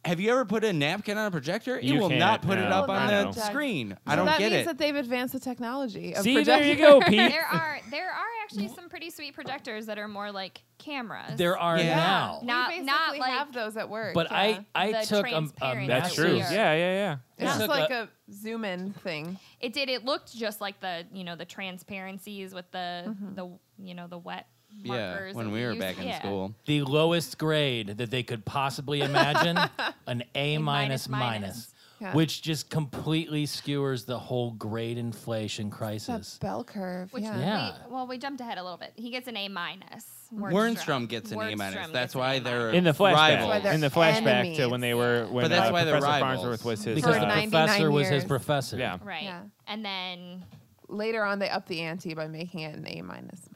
B: have you ever put a napkin on a projector?
E: You
B: it will
E: can't,
B: not put it
E: no.
B: up on
E: Well,
B: the
E: no.
B: screen. I
G: So
B: don't
G: that
B: get
G: means
B: it.
G: that they've advanced the technology. Of
E: See, there you
G: projectors.
E: go, Pete.
H: there are there are actually some pretty sweet projectors that are more like cameras.
F: There are
G: <laughs>
B: Yeah.
F: now.
H: Not-
G: we basically
H: not like-
G: have those at work.
F: But
G: yeah.
F: I, I
H: The
F: took a, a
H: transparent
E: That's
H: Yeah.
E: true.
F: massive-
H: Yeah.
E: Yeah, yeah,
G: it's
F: Yeah.
G: just
F: Took
G: like
F: a-
G: a zoom in thing.
H: It did. It looked just like the you know the transparencies with the the you know the wet
B: Yeah,
H: markers.
B: when
H: that
B: we were
H: used.
B: back in
H: Yeah.
B: school.
F: The lowest grade that they could possibly imagine, an A minus minus,
H: minus minus.
G: Yeah.
F: which just completely skewers the whole grade inflation
G: That
F: crisis.
G: bell curve.
H: Which
G: yeah.
H: we-
F: Yeah.
H: well, we jumped ahead a little bit. He gets an A minus.
B: Wernstrom gets an A
H: Wernstrom
B: minus.
H: gets
B: That's
H: an
B: why
H: A
B: they're-
E: yeah. In the flashback,
B: Rivals. That's why they're
E: in the flashback to
G: enemies.
E: when they were when
B: But that's
E: uh,
B: why they're
E: Professor
B: rivals.
E: Farnsworth was his.
F: Because
G: For
F: the
E: uh,
G: 99
F: professor was his
G: years.
F: professor.
E: yeah,
H: right?
G: Yeah.
H: And then
G: Later on, they up the ante by making it an A minus minus.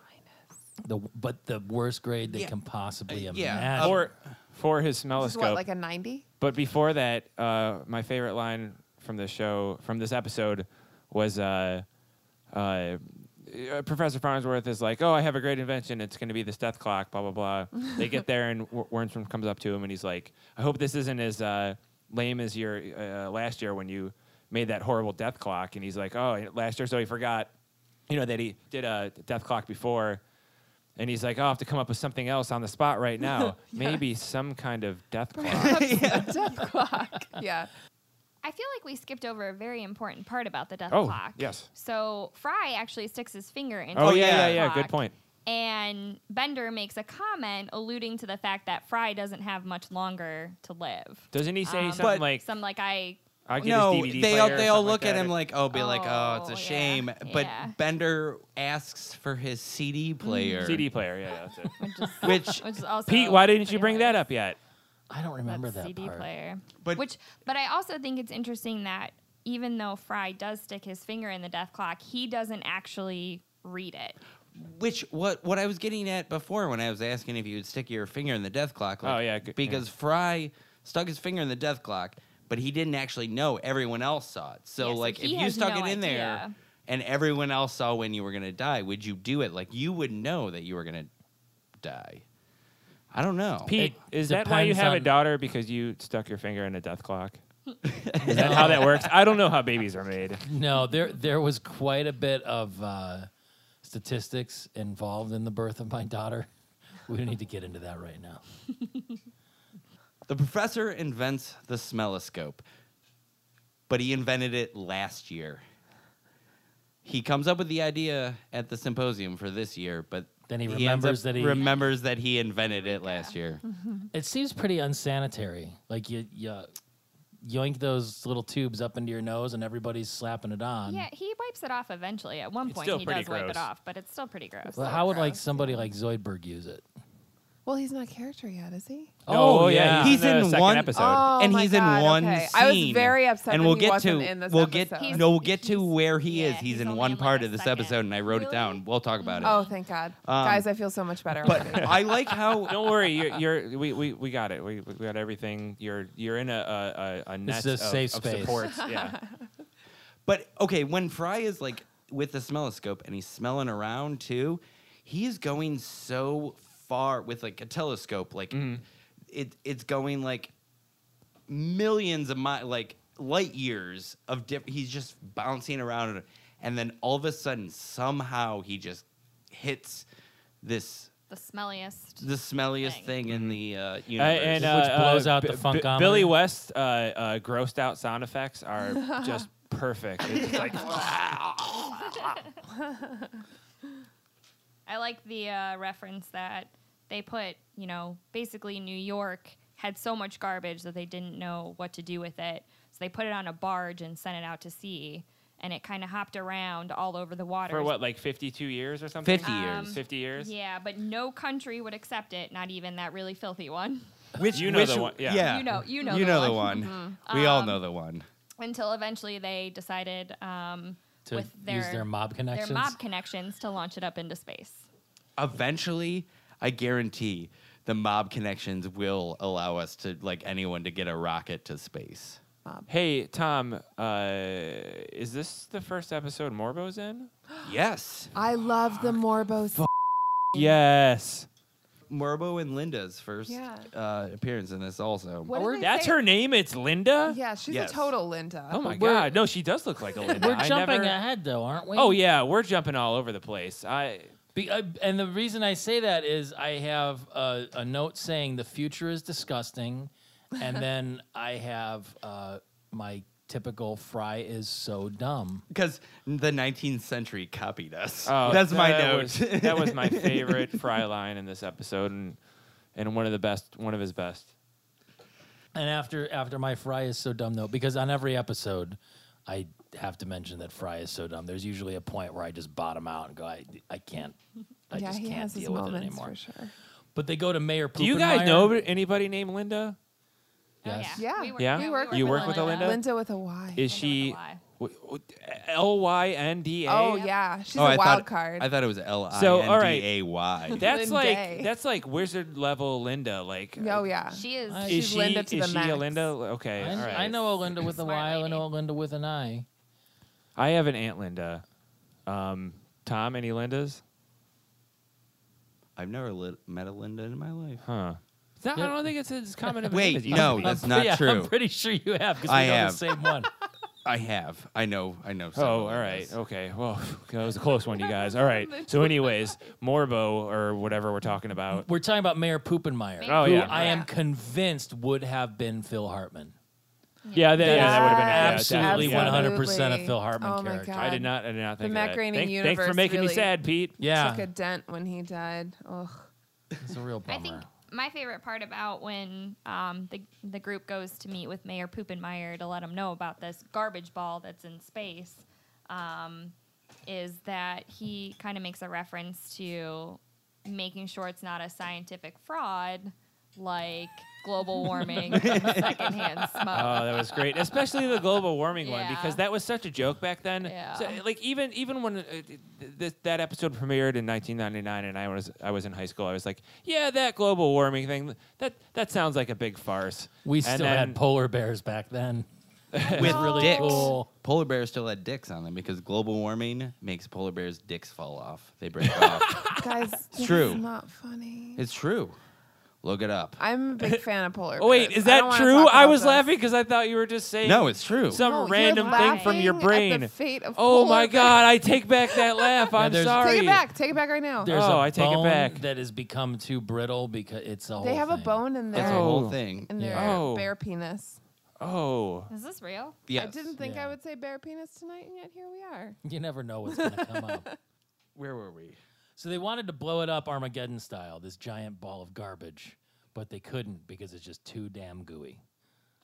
F: The, but the worst grade they
B: Yeah.
F: can possibly
B: Uh,
F: imagine.
B: yeah.
E: or for his
G: Which is what,
E: smelloscope.
G: like a ninety?
E: But before that, uh, my favorite line from the show, from this episode, was uh, uh, uh, Professor Farnsworth is like, "Oh, I have a great invention. It's going to be this death clock." Blah blah blah. they get there, and w- Wernstrom comes up to him, and he's like, "I hope this isn't as uh, lame as your uh, last year when you made that horrible death clock." And he's like, "Oh, last year, so he forgot, you know, that he did a death clock before." And he's like, "Oh, I have to come up with something else on the spot right now. Maybe some kind of death clock."
G: Death clock. Yeah.
H: I feel like we skipped over a very important part about the death
E: Oh,
H: clock.
E: yes.
H: So Fry actually sticks his finger into.
E: Oh,
H: the
E: yeah,
H: death
E: yeah, yeah,
H: clock,
E: good point.
H: And Bender makes a comment alluding to the fact that Fry doesn't have much longer to live.
E: Doesn't he say
H: Um,
E: something
B: But-
E: like
H: Some like I.
E: I get
B: no,
E: his DVD
B: they
E: player
B: all
E: or
B: they all
E: something
B: look at
E: that,
B: him
E: or-
B: like, oh, be like, oh, it's
H: Oh,
B: a
H: yeah,
B: shame.
H: yeah.
B: But Bender asks for his CD player.
E: CD <laughs> player. Yeah, that's
F: <laughs>
E: it.
H: Which is,
B: Which
H: which is also
E: Pete, why didn't you
H: pretty
E: bring that
H: hilarious.
E: up yet?
F: I don't remember
H: That's
F: that
H: CD
F: part. <laughs>
H: player.
B: But-
H: which, but I also think it's interesting that even though Fry does stick his finger in the death clock, he doesn't actually read it.
B: Which what what I was getting at before when I was asking if you would stick your finger in the death clock.
E: Oh, yeah, good-
B: because Fry stuck his finger in the death clock, but he didn't actually know. Everyone else saw it. So
H: Yeah, so
B: like, if
H: he
B: you
H: has
B: stuck
H: no
B: it in there
H: idea.
B: and everyone else saw when you were gonna die, would you do it? Like you would know that you were gonna die. I don't know.
E: Pete,
F: It
E: is that why you
F: depends
E: have a
F: on-
E: daughter because you stuck your finger in a death clock? is that how that
F: <laughs>
E: works? I don't know how babies are made.
F: No, there there was quite a bit of uh, statistics involved in the birth of my daughter. <laughs> We don't need to get into that right now.
B: The professor invents the smelloscope, but he invented it last year. He comes up with the idea at the symposium for this year, but
F: Then he
B: ends
F: remembers
B: up
F: that he-
B: remembers that he invented it last year.
F: It seems pretty unsanitary. Like you you yoink those little tubes up into your nose, and everybody's slapping it on.
H: yeah, he wipes it off eventually. At one
E: It's
H: point,
E: still
H: he
E: pretty
H: does wipe
E: gross.
H: it off, but it's still pretty gross.
F: Well, how would like
G: gross,
F: somebody like Zoidberg use it?
G: Well, he's not a character yet, is he?
E: No,
F: Oh, yeah.
B: he's
E: the
B: in
E: second
B: one-
E: episode.
G: <laughs> Oh,
B: and
G: my
B: he's
G: God,
B: in one
G: okay.
B: scene.
G: I was very upset
B: and
G: that
B: we'll
G: he
B: get
G: wasn't
B: to
G: in this
B: we'll
G: episode.
B: get
H: He's-
B: no, we'll get to
H: he's-
B: where he is.
H: yeah,
B: He's
H: he's
B: in
H: only
B: one
H: in, like,
B: part
H: a
B: of this
H: second.
B: episode, and I wrote it
H: Really?
B: down. We'll talk about
G: Oh,
B: it.
G: thank God,
B: Um,
G: guys! I feel so much better.
B: But
G: already.
B: I like
F: <laughs>
B: how
E: Don't worry, you're, you're we, we, we got it. We, we got everything. You're you're in a a, a, a net
F: This is a
E: of-
F: safe
E: of
F: space.
E: supports. Yeah,
F: <laughs>
B: But okay, when Fry is like with the smelloscope and he's smelling around too, he is going so far with like a telescope, like
E: Mm-hmm.
B: it it's going like millions of mi- like light years of diff- he's just bouncing around and- and then all of a sudden somehow he just hits this
H: the smelliest.
B: the smelliest
H: Dang.
B: thing in the uh,
E: Uh,
B: universe.
E: and
F: Which
E: uh,
F: blows
E: uh,
F: out the funkometer.
E: Billy West uh, uh, grossed out sound effects
F: <laughs>
E: are just perfect. It's just like
H: I like the uh, reference that they put. You know, basically New York had so much garbage that they didn't know what to do with it, so they put it on a barge and sent it out to sea, and it kind of hopped around all over the water.
E: for what like 52 years or something.
B: 50 years. Um,
E: 50 years.
H: Yeah, but no country would accept it, not even that really filthy one. <laughs>
B: which
E: you know
B: which-
E: the one- yeah.
H: You know- you know
B: you
H: the
B: know the
H: one. Mm-hmm. Um,
B: one. We all know the one.
H: Until eventually they decided um,
F: To
H: with their,
F: use their mob
H: their
F: connections.
H: mob connections to launch it up into space.
B: eventually, I guarantee
G: <gasps>
B: the mob connections will allow us to like anyone to get a rocket to space.
G: Tom.
E: Hey, Tom, uh, is this the first episode Morbo's in?
B: yes.
G: I love the Morbos.
E: Yes.
B: Morbo and Linda's first
G: Yeah.
B: uh, appearance in this also.
G: What did they
E: That's
G: say?
E: her name? It's Linda?
G: Yeah, she's
B: Yes.
G: a total Linda.
E: Oh, my
F: We're-
E: God. No, she does look like a Linda.
F: We're
E: I
F: jumping
E: never-
F: ahead though, aren't we?
E: Oh, yeah. We're jumping all over the place. I.
F: Be, uh, and the reason I say that is I have a, a note saying the future is disgusting,
H: <laughs>
F: and then I have uh, my typical fry is so dumb.
B: Because the 19th century copied us.
E: Oh,
B: <laughs> That's my
E: that
B: note. Oh,
E: was- that was my favorite fry line in this episode, and and one of the best, one of his best.
F: And after after my fry is so dumb though, because on every episode, I have to mention that fry is so dumb. There's usually a point where I just bottom out and go, I, I can't, I
G: yeah,
F: just
G: he
F: can't
G: has his
F: deal with it
G: moments
F: anymore.
G: for sure.
F: But they go to Mayor.
E: Do you guys know
F: Poopinmeyer.
E: anybody named Linda?
H: Oh,
F: Yes.
G: Yeah.
H: We work,
E: Yeah?
H: We
E: You
H: work
E: work
H: with
E: with
H: Linda.
E: Linda?
G: Linda with a Y.
E: Is she L Y N D A?
G: oh yeah, she's a
B: I
G: wild
B: thought,
G: card.
B: I thought it was L I
E: So, all
B: N
E: right.
B: D A Y.
E: That's like
G: Lindae.
E: that's like wizard level Linda. Like,
G: oh yeah,
H: She is.
F: Uh,
E: is
G: she's
E: she
G: Linda to
E: is
G: the
E: she a
G: max.
E: Linda? Okay,
F: I,
E: all right.
F: I know Olinda with a
H: Smart
F: Y. I
H: lady.
F: know Olinda with an I.
E: I have an aunt Linda. Um, Tom, any Lindas?
B: I've never lit, met a Linda in my life.
E: Huh. It's not- I don't think it's as common of Oh, a name
B: Wait,
E: as it used
B: no,
E: to be.
F: <laughs>
B: that's not
F: yeah, I'm
B: true.
F: pretty sure you have because we
B: I
F: know
B: have.
F: the
B: <laughs>
F: same one.
B: I have. I know. I know.
E: Oh,
B: several
E: all right.
B: Lindas.
E: Okay. Well, <laughs> that was a close one, you guys. All right. So, anyways, Morbo or whatever we're talking about.
F: We're talking about Mayor Poopenmeyer,
E: Oh,
F: who
E: yeah.
F: I am
H: Yeah.
F: convinced would have been Phil Hartman.
E: Yeah, that, yeah, that would have been yeah, definitely,
F: Absolutely
E: yeah, that-
F: 100% of
G: Absolutely.
F: Phil Hartman
G: Oh my
F: character.
G: God.
E: I did not. I did not think
G: Matt
E: of that.
G: Groening
E: Thank- thanks for
G: universe
E: making me
G: really-
E: sad, Pete.
F: Yeah,
G: took a dent when he died. Ugh.
F: it's a real
H: I
F: bummer.
H: think my favorite part about when um, the the group goes to meet with Mayor Poopenmeyer to let him know about this garbage ball that's in space um, is that he kind of makes a reference to making sure it's not a scientific fraud like
E: <laughs>
H: global warming, and secondhand smoke.
E: Oh, that was great, especially the global warming one because
H: Yeah.
E: that was such a joke back then.
H: Yeah.
E: So, like even even when uh, th- th- that episode premiered in 1999, and I was I was in high school, I was like, yeah, that global warming thing that that sounds like a big farce.
F: we
E: And
F: still
E: then-
F: had polar bears back then.
B: With
F: really
B: dicks.
F: cool.
B: Polar bears still had dicks on them because global warming makes polar bears' dicks fall off. They break off. <laughs>
G: Guys, it's
B: true.
G: Not funny.
B: It's true. Look it up.
G: I'm a big fan of polar.
E: Oh wait,
G: bears.
E: is
G: I
E: that
G: don't wanna
E: true?
G: talk
E: I
G: about
E: was
G: this.
E: laughing because I thought you were just saying
B: No, it's true.
E: some
G: No, you're
E: random thing from your
G: laughing at
E: brain.
G: the fate of
E: Oh my
G: polar bears.
E: god, I take back
G: <laughs>
E: that laugh. I'm
F: there's-
E: sorry.
G: Take it back. Take it back right now.
F: There's
E: Oh,
F: a
E: I take it
F: bone
E: back.
F: that has become too brittle because it's a. Whole
G: They have a
F: thing.
G: bone in
B: It's
G: their
B: a
E: Oh.
B: whole thing.
G: in their
F: Yeah.
E: Oh.
G: bear penis.
E: Oh.
H: Is this real? <laughs>
B: Yes.
G: I didn't think
F: Yeah.
G: I would say bear penis tonight, and yet here we are.
F: You never know what's going to come
G: <laughs>
F: up.
B: Where were we?
F: So they wanted to blow it up Armageddon style, this giant ball of garbage, but they couldn't because it's just too damn gooey.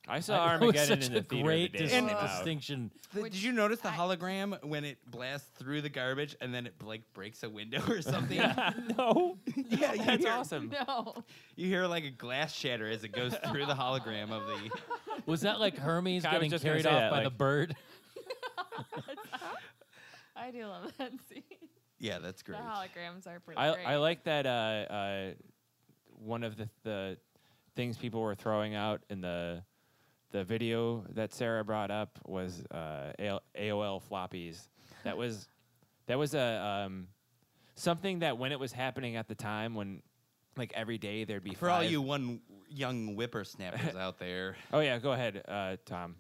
E: I saw
F: That was
E: Armageddon
F: such
E: in the
F: a
E: theater
F: great
E: today.
F: dis-
E: It came out.
F: distinction.
B: The- did you notice the hologram when it blasts through the garbage and then it like breaks a window or something? <laughs> yeah,
E: <laughs> no,
B: you
E: that's
B: hear,
E: awesome.
H: No.
B: You hear like a glass shatter as it goes through the hologram of the. <laughs>
F: Was
E: <laughs>
F: that like Hermes
E: I was
F: getting
E: just gonna
F: carried
E: say
F: off
E: that,
F: by the
E: like-
F: bird?
E: <laughs>
H: I do love that scene.
B: Yeah, that's
H: The
B: great.
H: holograms are pretty
E: I,
H: great.
E: I like that uh, uh, one of the, the things people were throwing out in the the video that Sarah brought up was uh, AOL AOL floppies. That was that was a um, something that when it was happening at the time when like every day there'd be
B: For all
E: five-
B: you one young whippersnappers out there,
E: Oh yeah, go ahead, uh, Tom.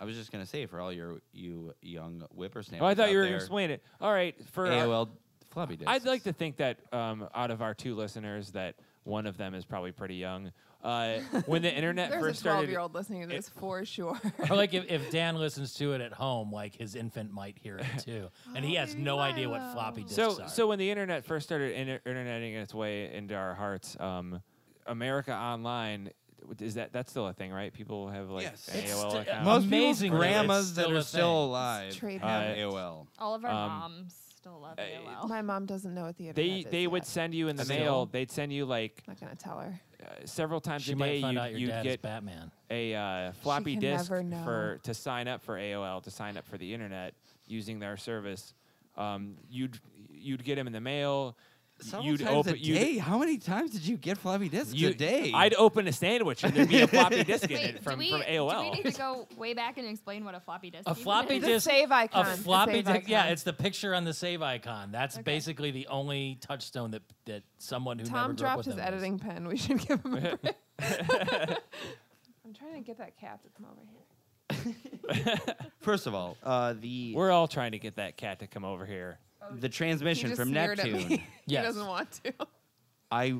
B: I was just gonna say for all your you young whippersnappers.
E: Oh, I thought
B: out
E: you were going
B: there,
E: to explain it. All right, for our-
B: AOL floppy disks.
E: I'd like to think that um, out of our two listeners, that one of them is probably pretty young.
G: <laughs>
E: Uh, when the internet
G: There's a
E: first started,
G: twelve-year-old listening to this
E: <laughs>
G: for sure.
F: or like if, if Dan listens to it at home, like his infant might hear it too, and
G: Oh,
F: he has no idea what floppy disks
E: so
F: are.
E: so when the internet first started inter- interneting its way into our hearts, um, America Online is that that's still a thing, right? People have like
B: Yes.
E: an
B: It's
E: AOL
G: uh,
F: sti-
E: account.
B: most
F: Amazing
B: people's
F: that it's
B: grandmas that
F: still a
B: are still
F: thing.
B: alive
G: Trade
B: have
E: habits.
B: AOL.
H: All of our
E: Um,
H: moms still love AOL.
G: My mom doesn't know what the internet
E: they
G: is
E: they would
G: yet.
E: send you in the
B: Still?
E: mail. They'd send you like
G: I'm not gonna
E: <laughs>
G: tell her.
E: uh, several times
F: she
E: a day.
F: might find
E: you'd,
F: out your
E: you'd
F: dad is
E: get
F: Batman.
E: a uh, floppy
G: can
E: disk
G: never know.
E: for to sign up for AOL to sign up for the internet using their service. Um, you'd you'd get them in the mail.
B: Several
E: you'd
B: times
E: open
B: a
E: you'd-
B: day. How many times did you get floppy disks
E: you
B: a day?
E: I'd open a sandwich and there'd be a floppy disk in
H: Wait,
E: it from,
H: do we,
E: from AOL.
H: Do we need to go way back and explain what a floppy disk
F: A
H: even
F: floppy
H: is?
G: The
F: disk,
G: save icon,
F: a
G: the
F: floppy
G: save
F: disk. Yeah,
G: icon.
F: it's the picture on the save icon. That's
H: Okay.
F: basically the only touchstone that that someone who never
G: Tom
F: grew up
G: dropped
F: with
G: his
F: them knows.
G: editing pen. We should give him
E: <laughs>
G: a break. <laughs> I'm trying to get that cat to come over here.
B: First of all, uh, the
E: We're all trying to get that cat to come over here.
B: the
G: He
B: transmission
G: just
B: from
G: sneered at me.
B: Neptune.
F: Yes.
G: He doesn't want to.
B: <laughs> I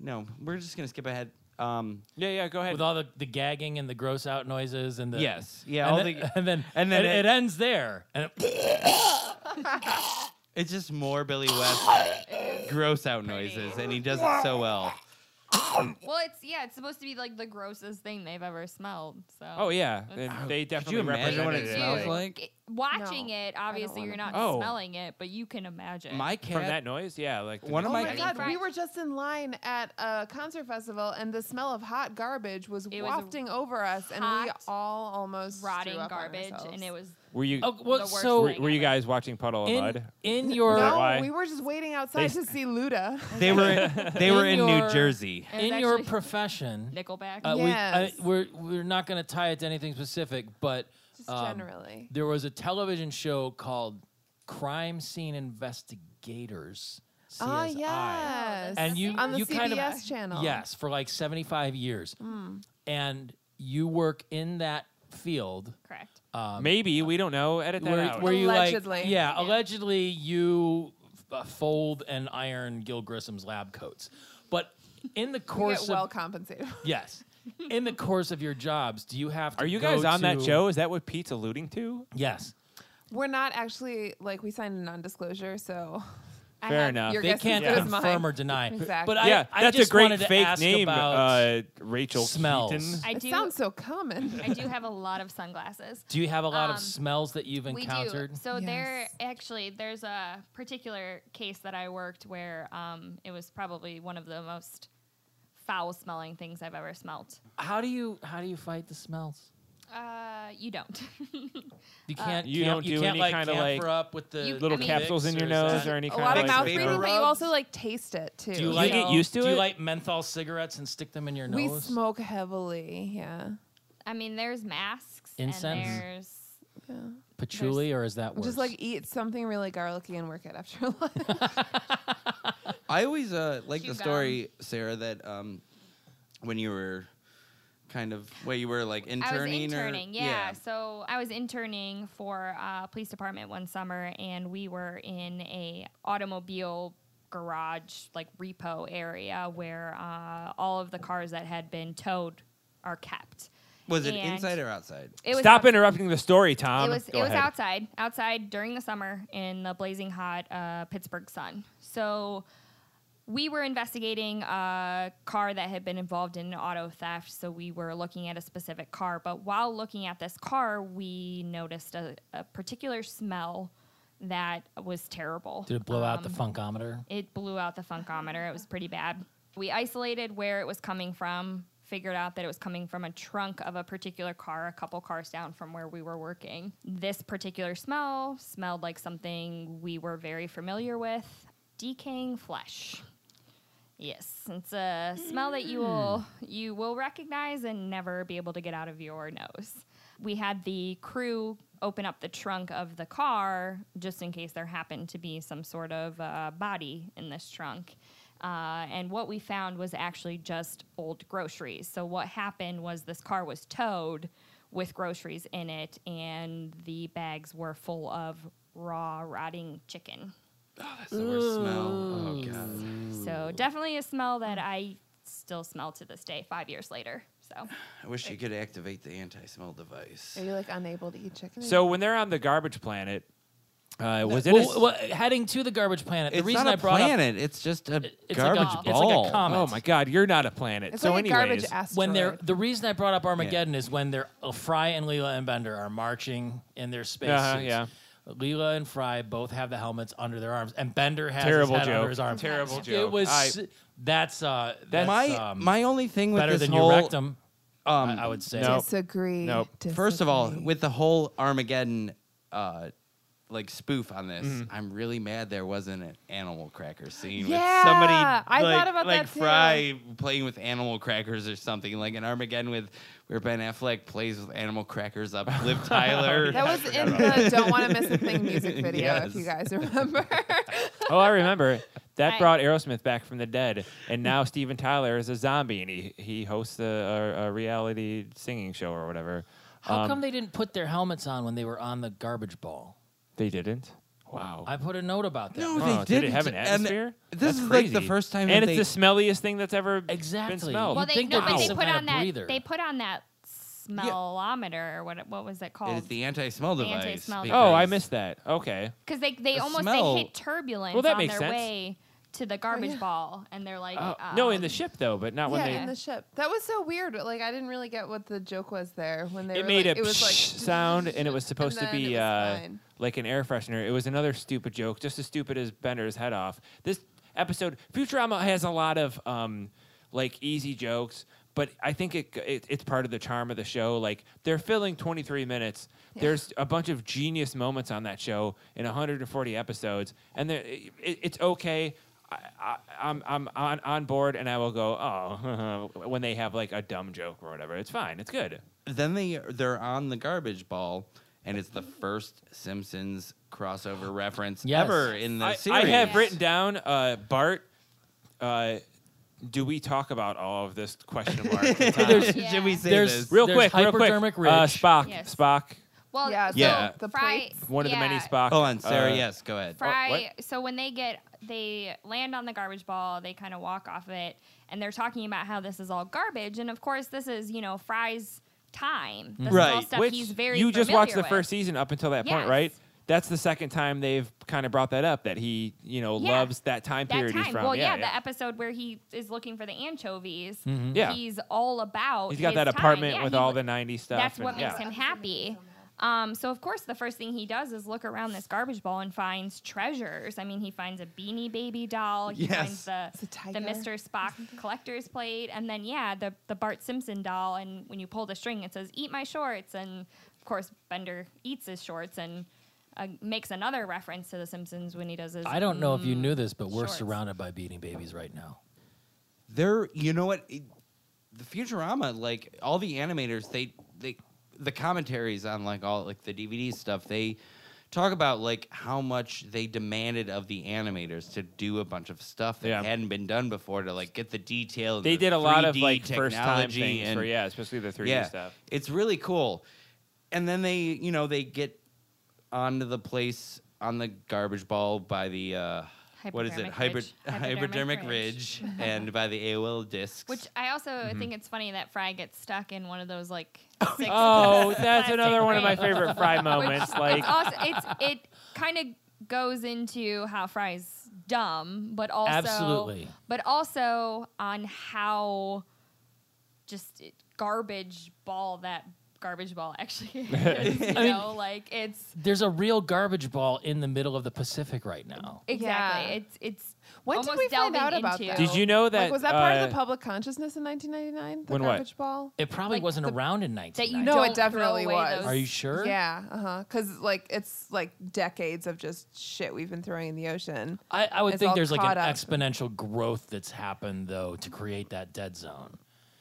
B: no, we're just gonna skip ahead. Um,
E: Yeah, yeah, go ahead.
F: with all the, the gagging and the gross out noises
E: Uh,
F: and the
B: yes, yeah,
F: and,
B: all
F: then,
E: <laughs>
B: the,
F: <laughs> and then
B: and then
F: it,
B: it-
F: it ends there. And it-
B: it's just more Billy West gross out noises, and he does it so well.
H: Well, it's yeah, it's supposed to be like the grossest thing they've ever smelled. So.
E: oh yeah, and they definitely
B: imagine what it
E: represented
B: smells
H: Dude,
B: like?
H: it- watching
G: No,
H: it, obviously
G: wanna
H: you're not
E: Oh.
H: smelling it, but you can imagine.
B: My cat.
E: from that noise. Yeah, like the
B: One of
G: Oh
E: noise.
G: my
H: Mean
G: god, we
H: Friends.
G: were just in line at a concert festival and the smell of hot garbage was
H: It was
G: wafting over us and we
H: hot,
G: all almost
H: rotting
G: threw up on
H: garbage, and
G: ourselves.
H: it was
E: Were you
F: oh, well,
H: The worst
F: so
E: were, were you
H: ever.
E: guys watching Puddle of
F: in,
E: Mud?
F: in your
E: that why?
G: No, we were just waiting outside
E: They-
G: to see Luda.
B: They were
E: <laughs>
B: they were in
F: In
B: New
F: your-
B: Jersey.
H: It was
F: <laughs> in your
H: actually
F: profession,
G: <laughs>
H: Nickelback.
F: uh,
G: Yes.
F: we, I, we're we're not going to tie it to anything specific, but
G: Just
F: um,
G: generally.
F: there was a television show called Crime Scene Investigators. CSI.
G: Oh yes.
F: And you,
G: on the
F: you
G: CBS
F: kind of
G: channel.
F: Yes, for like 75 years. And you work in that field
H: correct.
E: Maybe we don't know. Edit that
F: where,
E: out.
F: where you like
G: Allegedly.
F: yeah, allegedly you uh, fold and iron Gil Grissom's lab coats. But in the
G: We get
F: course
G: well
F: of
G: compensated. <laughs>
F: yes, in the course of your jobs, do you have to
E: Are you
F: go
E: guys on that
F: to-
E: show? Is that what Pete's alluding to?
F: Yes.
G: We're not actually like we signed a non-disclosure, so I
E: Fair
G: have-
E: enough.
G: Your
F: They
G: guess is
F: can't
G: good as
F: confirm
G: mine.
F: or deny.
G: Exactly.
F: But I,
E: yeah,
F: I
E: that's a
F: just
E: great
F: wanted to
E: fake
F: ask
E: name,
F: about-
E: uh, Rachel
F: smells.
E: Keaton.
H: I
G: It
H: do.
G: sounds so common.
H: I do have a lot of sunglasses.
F: do you have a lot
H: um,
F: of smells that you've
H: We
F: encountered?
H: do. So there
G: Yes.
H: actually there's a particular case that I worked where um, it was probably one of the most foul smelling things I've ever smelt.
F: How do you how do you fight the smells?
H: Uh, you don't. <laughs>
F: You can't.
E: You
F: camp-
E: don't do
F: can't,
E: any
F: like,
E: kinda,
F: camphor
E: like,
F: up with the
H: You-
E: Little
H: I mean-
E: capsules in
F: Vicks
E: your
F: or is
E: nose
F: that-
E: or any
G: a
E: kind
G: lot
E: of
G: of
B: like
G: mouth
B: vapor
G: breathing, but you
B: rubs?
G: also like taste it too.
F: Do you like
E: get used to
F: do
E: it?
F: you like menthol cigarettes and stick them in your
G: We
F: nose?
G: smoke heavily. Yeah.
H: I mean, there's masks.
F: Incense?
H: And there's
F: Patchouli, or is that worse?
G: Just like eat something really garlicky and work it after <laughs> lunch.
B: I always uh, like the
H: Chew gum.
B: story, Sarah, that um, when you were kind of well, you were like interning.
H: I was interning,
B: or,
H: yeah. So I was interning for uh, police department one summer, and we were in a automobile garage like repo area where uh, all of the cars that had been towed are kept.
B: Was it
H: And
B: inside or outside?
H: It was
E: Stop
H: outs-
E: interrupting the story, Tom.
H: It was
E: Go
H: it was
E: ahead.
H: outside, outside during the summer in the blazing hot uh, Pittsburgh sun. So we were investigating a car that had been involved in an auto theft, so we were looking at a specific car. But while looking at this car, we noticed a, a particular smell that was terrible.
F: did it blow out the
H: Um,
F: funkometer?
H: It blew out the funkometer. It was pretty bad. We isolated where it was coming from, figured out that it was coming from a trunk of a particular car, a couple cars down from where we were working. This particular smell smelled like something we were very familiar with decaying flesh. Yes, it's a smell that you will you will recognize and never be able to get out of your nose. We had the crew open up the trunk of the car just in case there happened to be some sort of uh, body in this trunk. Uh, and what we found was actually just old groceries. So what happened was this car was towed with groceries in it, and the bags were full of raw, rotting chicken.
B: That's the worst smell. Oh god.
H: So definitely a smell that I still smell to this day, five years later. So
B: I wish you could activate the anti-smell device.
G: Are you like unable to eat chicken?
E: So when they're on the garbage planet, uh, was it? a s-
F: Well, well, heading to the garbage planet. The
B: it's
F: reason
B: not a
F: I brought up
B: planet. it's just a
F: it's like a-
B: garbage
F: it's like a
B: ball.
F: com-
E: oh my God, you're not a planet.
G: it's
E: so
G: like a
E: anyways,
G: garbage asteroid.
F: when they're the reason I brought up Armageddon is when they're uh, Fry and Leela and Bender are marching in their spacesuits.
E: Uh-huh, yeah.
F: Leela and Fry both have the helmets under their arms, and Bender has
E: Terrible
F: his head
E: joke.
F: under his arm.
E: Terrible
F: it
E: joke.
F: was
E: I-
F: that's uh that's
B: my
F: um,
B: my only thing with
F: better
B: this
F: than
B: whole
F: your rectum.
B: um,
F: I, I would say
E: no.
G: disagree.
E: Nope.
G: disagree.
B: First of all, with the whole Armageddon uh, like spoof on this.
F: Mm-hmm.
B: I'm really mad there wasn't an animal cracker scene
G: Yeah,
B: with somebody
G: I thought
B: like,
G: about
B: like
G: that too.
B: Fry playing with animal crackers or something, like an Armageddon with where Ben Affleck plays with animal crackers
E: <laughs>
B: up Liv Tyler.
G: That was in the "Don't Want to Miss a Thing" music video, if you
B: Yes.
G: guys remember.
E: Oh, I
H: <laughs>
E: remember. That
H: I-
E: brought Aerosmith back from the dead, and now <laughs> Steven Tyler is a zombie, and he, he hosts a, a, a reality singing show or whatever.
F: How
E: Um,
F: come they didn't put their helmets on when they were on the garbage ball?
E: They didn't. Wow.
F: I put a note about that.
B: No,
E: Oh,
B: they
E: did it have an
B: didn't. And
E: atmosphere?
B: this
E: That's
B: is, like, the
E: crazy.
B: first time
E: and
B: that
E: it's the smelliest thing that's ever been
F: Exactly.
E: smelled.
F: Well,
H: Well,
F: You'd
H: they
F: think
H: no,
F: there'd
H: but
F: be
H: they
F: some
H: put
F: kind of
H: on that.
F: breather.
H: They put on that smellometer or what? What was it
B: It
H: called?
B: is the anti-smell device.
H: Anti-smell
E: oh, I
B: because-
E: missed that. Okay.
H: Because they, they
B: The
H: almost
B: smell-
H: they hit turbulence
E: Well, that
H: on
E: makes
H: their
E: sense.
H: way to the garbage ball, and they're like,
E: Oh, no, in the
H: um,
E: ship though, but not
G: yeah,
E: when they.
G: in the ship. That was so weird. Like I didn't really get what the joke was there when they.
E: it
G: were
E: made
G: like,
E: a
G: it was like
E: psh sound, and it
G: <laughs>
E: was supposed to
G: then
E: be
G: it was
E: uh,
G: fine.
E: like an air freshener. It was another stupid joke, just as stupid as Bender's head off. This episode, Futurama has a lot of um, like easy jokes, but I think it, it it's part of the charm of the show. Like they're filling 23 minutes. There's a bunch of genius moments on that show in 140 episodes, and there- it, it, it's okay. I, I, I'm I'm on, on board, and I will go. Oh, <laughs> when they have like a dumb joke or whatever, it's fine. It's good.
B: then they they're on the garbage ball, and it's the first Simpsons crossover reference
F: Yes.
B: ever in the
E: I,
B: series.
E: I have
H: Yeah.
E: written
B: <laughs>
E: down uh, Bart. Uh, do we talk about all of this question mark?
H: <laughs>
E: and time?
F: There's-
H: Yeah.
B: Did we say
F: There's-
B: this?
E: real
F: there's
E: quick, real quick.
F: hypodermic
E: uh,
F: ridge.
E: Spock,
H: Yes.
E: Spock,
H: Well,
G: Yeah,
H: so
B: Yeah.
G: the
H: Fry,
G: plates.
E: one of the many
H: yeah,
E: Spock.
B: Hold on, Oh, Sarah.
E: uh,
B: yes, go ahead.
H: Fry. so when they get they land on the garbage ball, they kind of walk off it, and they're talking about how this is all garbage, and of course this is you know Fry's time. This is all
B: Right,
H: stuff
E: Which
H: he's very
E: you just watched the
H: familiar with.
E: first season up until that point,
H: Yes.
E: right? That's the second time they've kind of brought that up that he, you know,
H: Yeah.
E: loves that time
H: that
E: period
H: time.
E: he's from.
H: Well,
E: yeah, Mm-hmm.
H: yeah, the episode where he is looking for the anchovies.
E: Yeah.
H: he's all about.
E: he's got
H: his
E: that
H: time.
E: apartment
H: Yeah,
E: with
H: he
E: all the
H: wa-
E: '90s stuff.
H: That's
E: and-
H: what
E: yeah.
H: makes him happy. Um, so of course, the first thing he does is look around this garbage ball and finds treasures. I mean, he finds a Beanie Baby doll. He
B: Yes.
H: finds the
G: It's a tiger
H: the Mr. Spock collector's plate, and then yeah, the the Bart Simpson doll. And when you pull the string, it says "Eat my shorts," and of course, Bender eats his shorts and uh, makes another reference to The Simpsons when he does his.
F: I don't know if you
H: "Mm,
F: knew this, but we're
H: shorts.
F: surrounded by beating babies right now.
B: There, you know what? It- the Futurama, like all the animators, they they the commentaries on like all like the DVD stuff, they talk about like how much they demanded of the animators to do a bunch of stuff that
E: Yeah.
B: hadn't been done before to like get the detail. and
E: They
B: the
E: did a lot of
B: 3D
E: like first time
B: technology
E: things
B: and
E: for yeah, especially the 3D stuff.
B: It's really cool. And then they, you know, they get onto the place on the garbage ball by the uh what is it?
H: Hypodermic ridge.
B: <laughs> hypodermic
H: Hypodermic
B: ridge and by the AOL discs.
H: Which I also think it's funny that Fry gets stuck in one of
E: <laughs>
H: those like. six- <laughs>
E: Oh, that's
H: plastic
E: another one of my
H: crates.
E: favorite Fry
H: <laughs> Which
E: moments. Like,
H: it's also, it's it kind of goes into how Fry's dumb, but also
F: Absolutely.
H: but also on how just it- garbage ball that garbage ball actually <laughs> is. You know, like it's
F: There's a real garbage ball in the middle of the Pacific right now.
H: exactly
G: Yeah.
H: it's it's
G: When did
H: almost
G: we find
H: delving
G: out about
H: into-
G: that?
E: did you know that?
G: like, was that part of the
E: uh,
G: public consciousness in 1999? The
E: When what?
G: garbage ball.
F: It probably
H: Like
F: wasn't
H: the-
F: around in
H: that
F: 1990.
H: you
G: No, it
H: don't throw
G: definitely
H: away
G: was.
H: those-
F: Are you sure?
G: Yeah, uh huh. Because like it's like decades of just shit we've been throwing in the ocean.
F: I, I would
G: It's
F: think
G: all
F: there's like
G: caught
F: an
G: up.
F: exponential growth that's happened though to create that dead zone.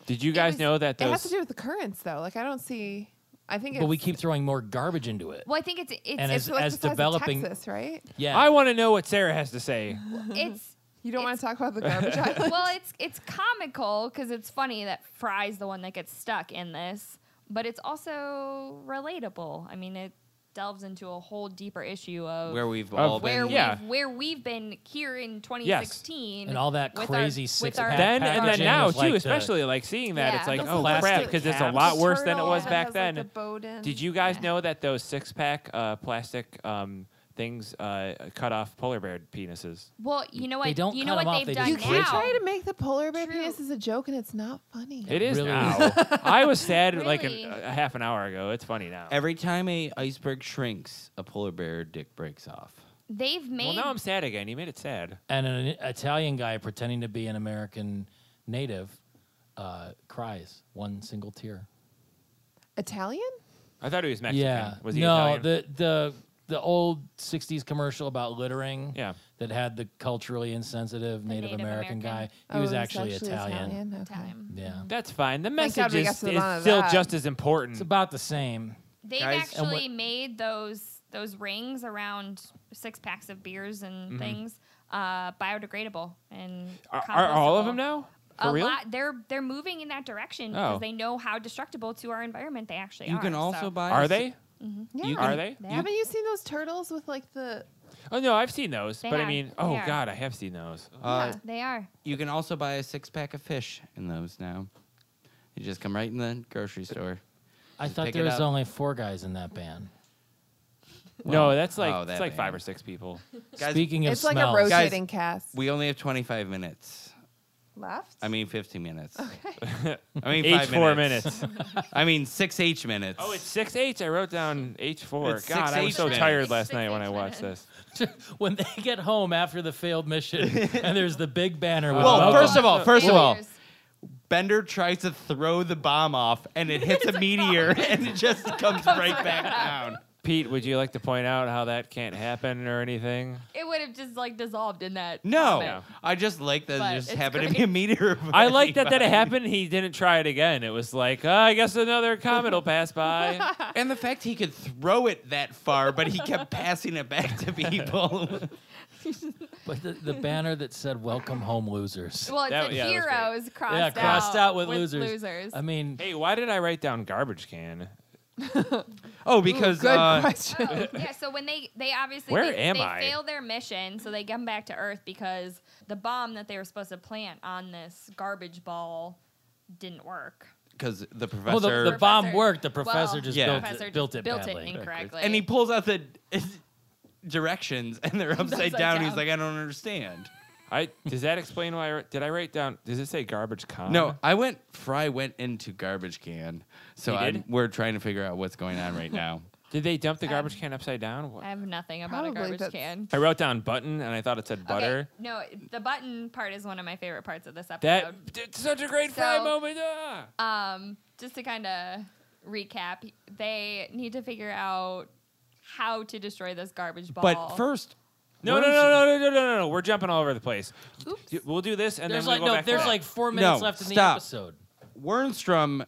E: Did you guys
H: was-
E: know that
G: It has
E: those?
G: to do with the currents, though. Like I don't see. I think. It's,
F: But we keep throwing more garbage into it.
H: well, I think it's it's,
F: And
H: it's
G: it's like
F: as
G: the size of
F: developing-
G: Texas, right?
F: Yeah.
E: I want to know what Sarah has to say.
H: it's
G: You don't want to talk
E: <laughs>
G: about the garbage island.
H: well, it's it's comical because it's funny that Fry's the one that gets stuck in this, but it's also relatable. I mean, it delves into a whole deeper issue of
B: where we've
E: Of
B: all
H: where
B: been
H: we've,
E: yeah.
H: where we've been here in 2016
F: And all that
H: with
F: crazy
H: with
F: six
H: our-
F: pack
E: then and then
F: packaging
E: now
F: with,
E: too,
F: like, the-
E: especially like seeing that it's
H: Yeah.
E: like
H: The
E: oh
F: plastic
E: crap because it's a
F: caps.
E: lot worse than it
G: Turtle
E: was
G: that
E: back
G: has, like,
E: then.
G: the boat in.
E: Did you guys
H: Yeah.
E: know that those six pack uh, plastic um, things uh, cut off polar bear penises?
H: Well, you know what?
F: They don't
H: you
F: cut
H: know what
F: them off,
H: they've
F: they
H: done
F: just
G: You
F: Like
H: now.
G: keep trying to make the polar bear
H: True.
G: penis is a joke, and it's not funny.
E: It is
F: Really? <laughs>
E: now. I was sad like
H: Really?
E: an, a half an hour ago. It's funny now.
B: Every time a iceberg shrinks, a polar bear dick breaks off.
H: They've
E: well,
H: made
E: now I'm sad again. You made it sad.
F: and an Italian guy pretending to be an American native uh, cries one single tear.
G: Italian?
E: I thought he was Mexican. Was he
F: no,
E: Italian?
F: the the the old '60s commercial about littering.
E: Yeah.
F: That had the culturally insensitive Native,
H: Native
F: American,
H: American.
F: guy. He
G: Oh,
F: was
G: it
F: actually, Italian.
G: Okay.
H: time.
F: Yeah.
E: That's fine. The
G: Thank
E: message
G: God we got
E: is,
G: to the
E: is
G: bottom of
E: still
G: that.
E: just as important.
F: It's about the same.
H: They've
B: Guys- And
F: what-
H: actually made those those rings around six packs of beers and things uh, biodegradable and
E: Mm-hmm. are, are all of them
H: compostable.
E: now? For
H: a
E: real?
H: lot. They're they're moving in that
E: Oh.
H: direction because they know how destructible to our environment they actually
B: You
H: are.
B: can also
H: so.
B: buy.
E: Are they?
G: Yeah.
E: Are they?
H: They have-
G: Haven't you seen those turtles with like the?
E: Oh no, I've seen those,
H: They
E: but I
H: have.
E: mean,
H: They
E: oh
H: are.
E: god, I have seen those.
B: Uh,
H: yeah, they are.
B: You can also buy a six pack of fish in those now. You just come right in the grocery store.
F: I thought
B: pick
F: there
B: it
F: was
B: up.
F: only four guys in that band.
E: no, that's like
B: oh,
E: it's
B: that
E: like five
B: band.
E: or six people.
B: Guys,
F: Speaking of
G: It's like a
F: smells,
G: rotating cast.
B: We only have 25 minutes.
G: left.
B: I mean, 15 minutes.
G: Okay.
B: <laughs> I mean,
E: H
B: five
E: four
B: minutes.
E: minutes.
B: <laughs> I mean, six H minutes.
E: oh, it's six H. I wrote down H four.
B: It's
E: God,
B: six
E: I was
B: H
E: so
B: minutes.
E: tired
H: It's
E: last
H: six
E: night when
H: H
E: I watched
H: minutes.
E: this.
F: <laughs> when they get home after the
B: <laughs>
F: failed mission, and there's the big banner. with
B: Well,
F: welcome.
B: first of all, first of
H: Well-
B: all, Bender tries to throw the bomb off, and it hits a meteor, and it just comes right back down.
E: Pete, would you like to point out how that can't happen or
B: <laughs>
E: anything?
H: it would have just like dissolved in that.
B: No,
H: moment.
B: I just like that
H: But
B: it just
H: it's
B: happened to
H: great.
B: be a meteor.
E: I like that that it
B: behind-
E: happened. and He didn't try it again. It was like, "Ah, I guess another comet will pass
H: <laughs>
E: by.
B: <laughs> And the fact he could throw it that far, but he kept passing it back
E: <laughs>
B: to people.
F: <laughs> but the, the banner that said "Welcome Home, Losers."
H: Well, it
E: That-
H: said
E: yeah, that was great.
H: heroes crossed
F: yeah,
H: out.
F: crossed out with, losers.
H: losers.
F: I mean,
E: hey, why did I write down garbage can?
B: Oh, because
G: Good
B: uh,
G: question.
H: <laughs> Oh, yeah, so when they they obviously
E: Where
H: they,
E: am
H: they
E: I?
H: failed their mission, so they come back to Earth because the bomb that they were supposed to plant on this garbage ball didn't work.
B: because the professor
F: well, the, the bomb
H: Professor-
F: worked. The professor
H: well,
F: just
B: Yeah.
F: built,
H: Professor
F: it, built it
H: just built
F: badly.
H: it incorrectly.
B: and he pulls out the <laughs> directions, and they're upside
H: Upside
B: down.
H: down.
B: He's like, I don't understand.
E: I does that explain why I wrote- did I write down? Does it say garbage can?
B: No,
H: Uh-huh.
B: I went. Fry went into garbage can, so
E: He
B: I'm,
E: did?
B: we're trying to figure out what's going on right
H: <laughs>
B: now.
E: Did they dump the
G: Um,
E: garbage can upside down? What-
H: I have nothing about a
G: Probably
H: garbage
G: that's-
H: can.
E: I wrote down button and I thought it said butter.
H: Okay, no, the button part is one of my favorite parts of this
G: Um,
H: episode.
E: That d- such a great fry
H: So-
E: moment. ah!
G: uh,
H: um, just to kind of recap, they need to figure out how to destroy this garbage ball.
B: But first,
E: No, no, no, no, no, no, no, no, no. We're jumping all over the place.
H: Oops.
E: Y- We'll do this and
F: There's
E: then
F: like
E: we'll go
F: no,
E: back. to
F: there's
E: that.
F: like four minutes
B: No,
F: left in the
B: stop.
F: episode.
B: Wernstrom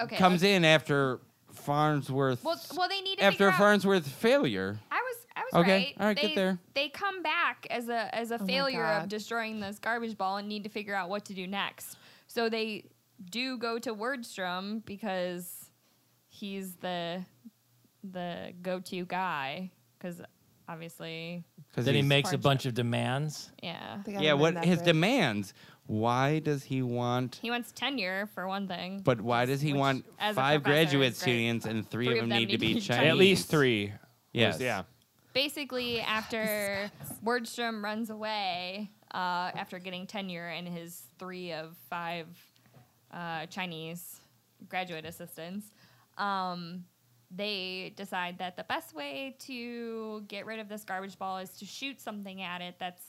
H: okay,
B: comes
H: let's-
B: in after Farnsworth.
H: Well, well, they need to
B: after
H: figure
B: a
H: out-
B: Farnsworth failure.
H: I was I was
B: Okay,
H: right.
B: all right,
H: they,
B: get there.
H: They come back as a as a failure of
G: God.
H: destroying this garbage ball and need to figure out what to do next. So they do go to Wordstrom because he's the the go to guy because obviously
F: Then he
B: he's-
F: makes a
H: Farnsworth.
F: bunch of demands.
H: yeah
G: They gotta
B: Yeah,
G: mend
B: what
G: that
B: his
G: bridge.
B: demands? Why does he want?
H: he wants tenure for one thing.
B: But why does he
H: Which,
B: want
H: as a
B: five
H: professor, is
B: graduate
H: great.
B: students and three, of them need to be Chinese?
H: Chinese.
E: at least three. was-
B: Yes.
E: Yeah.
F: Oh,
H: basically after Wordstrom runs away uh, after getting tenure and his three of five uh, Chinese graduate assistants, um, they decide that the best way to get rid of this garbage ball is to shoot something at it that's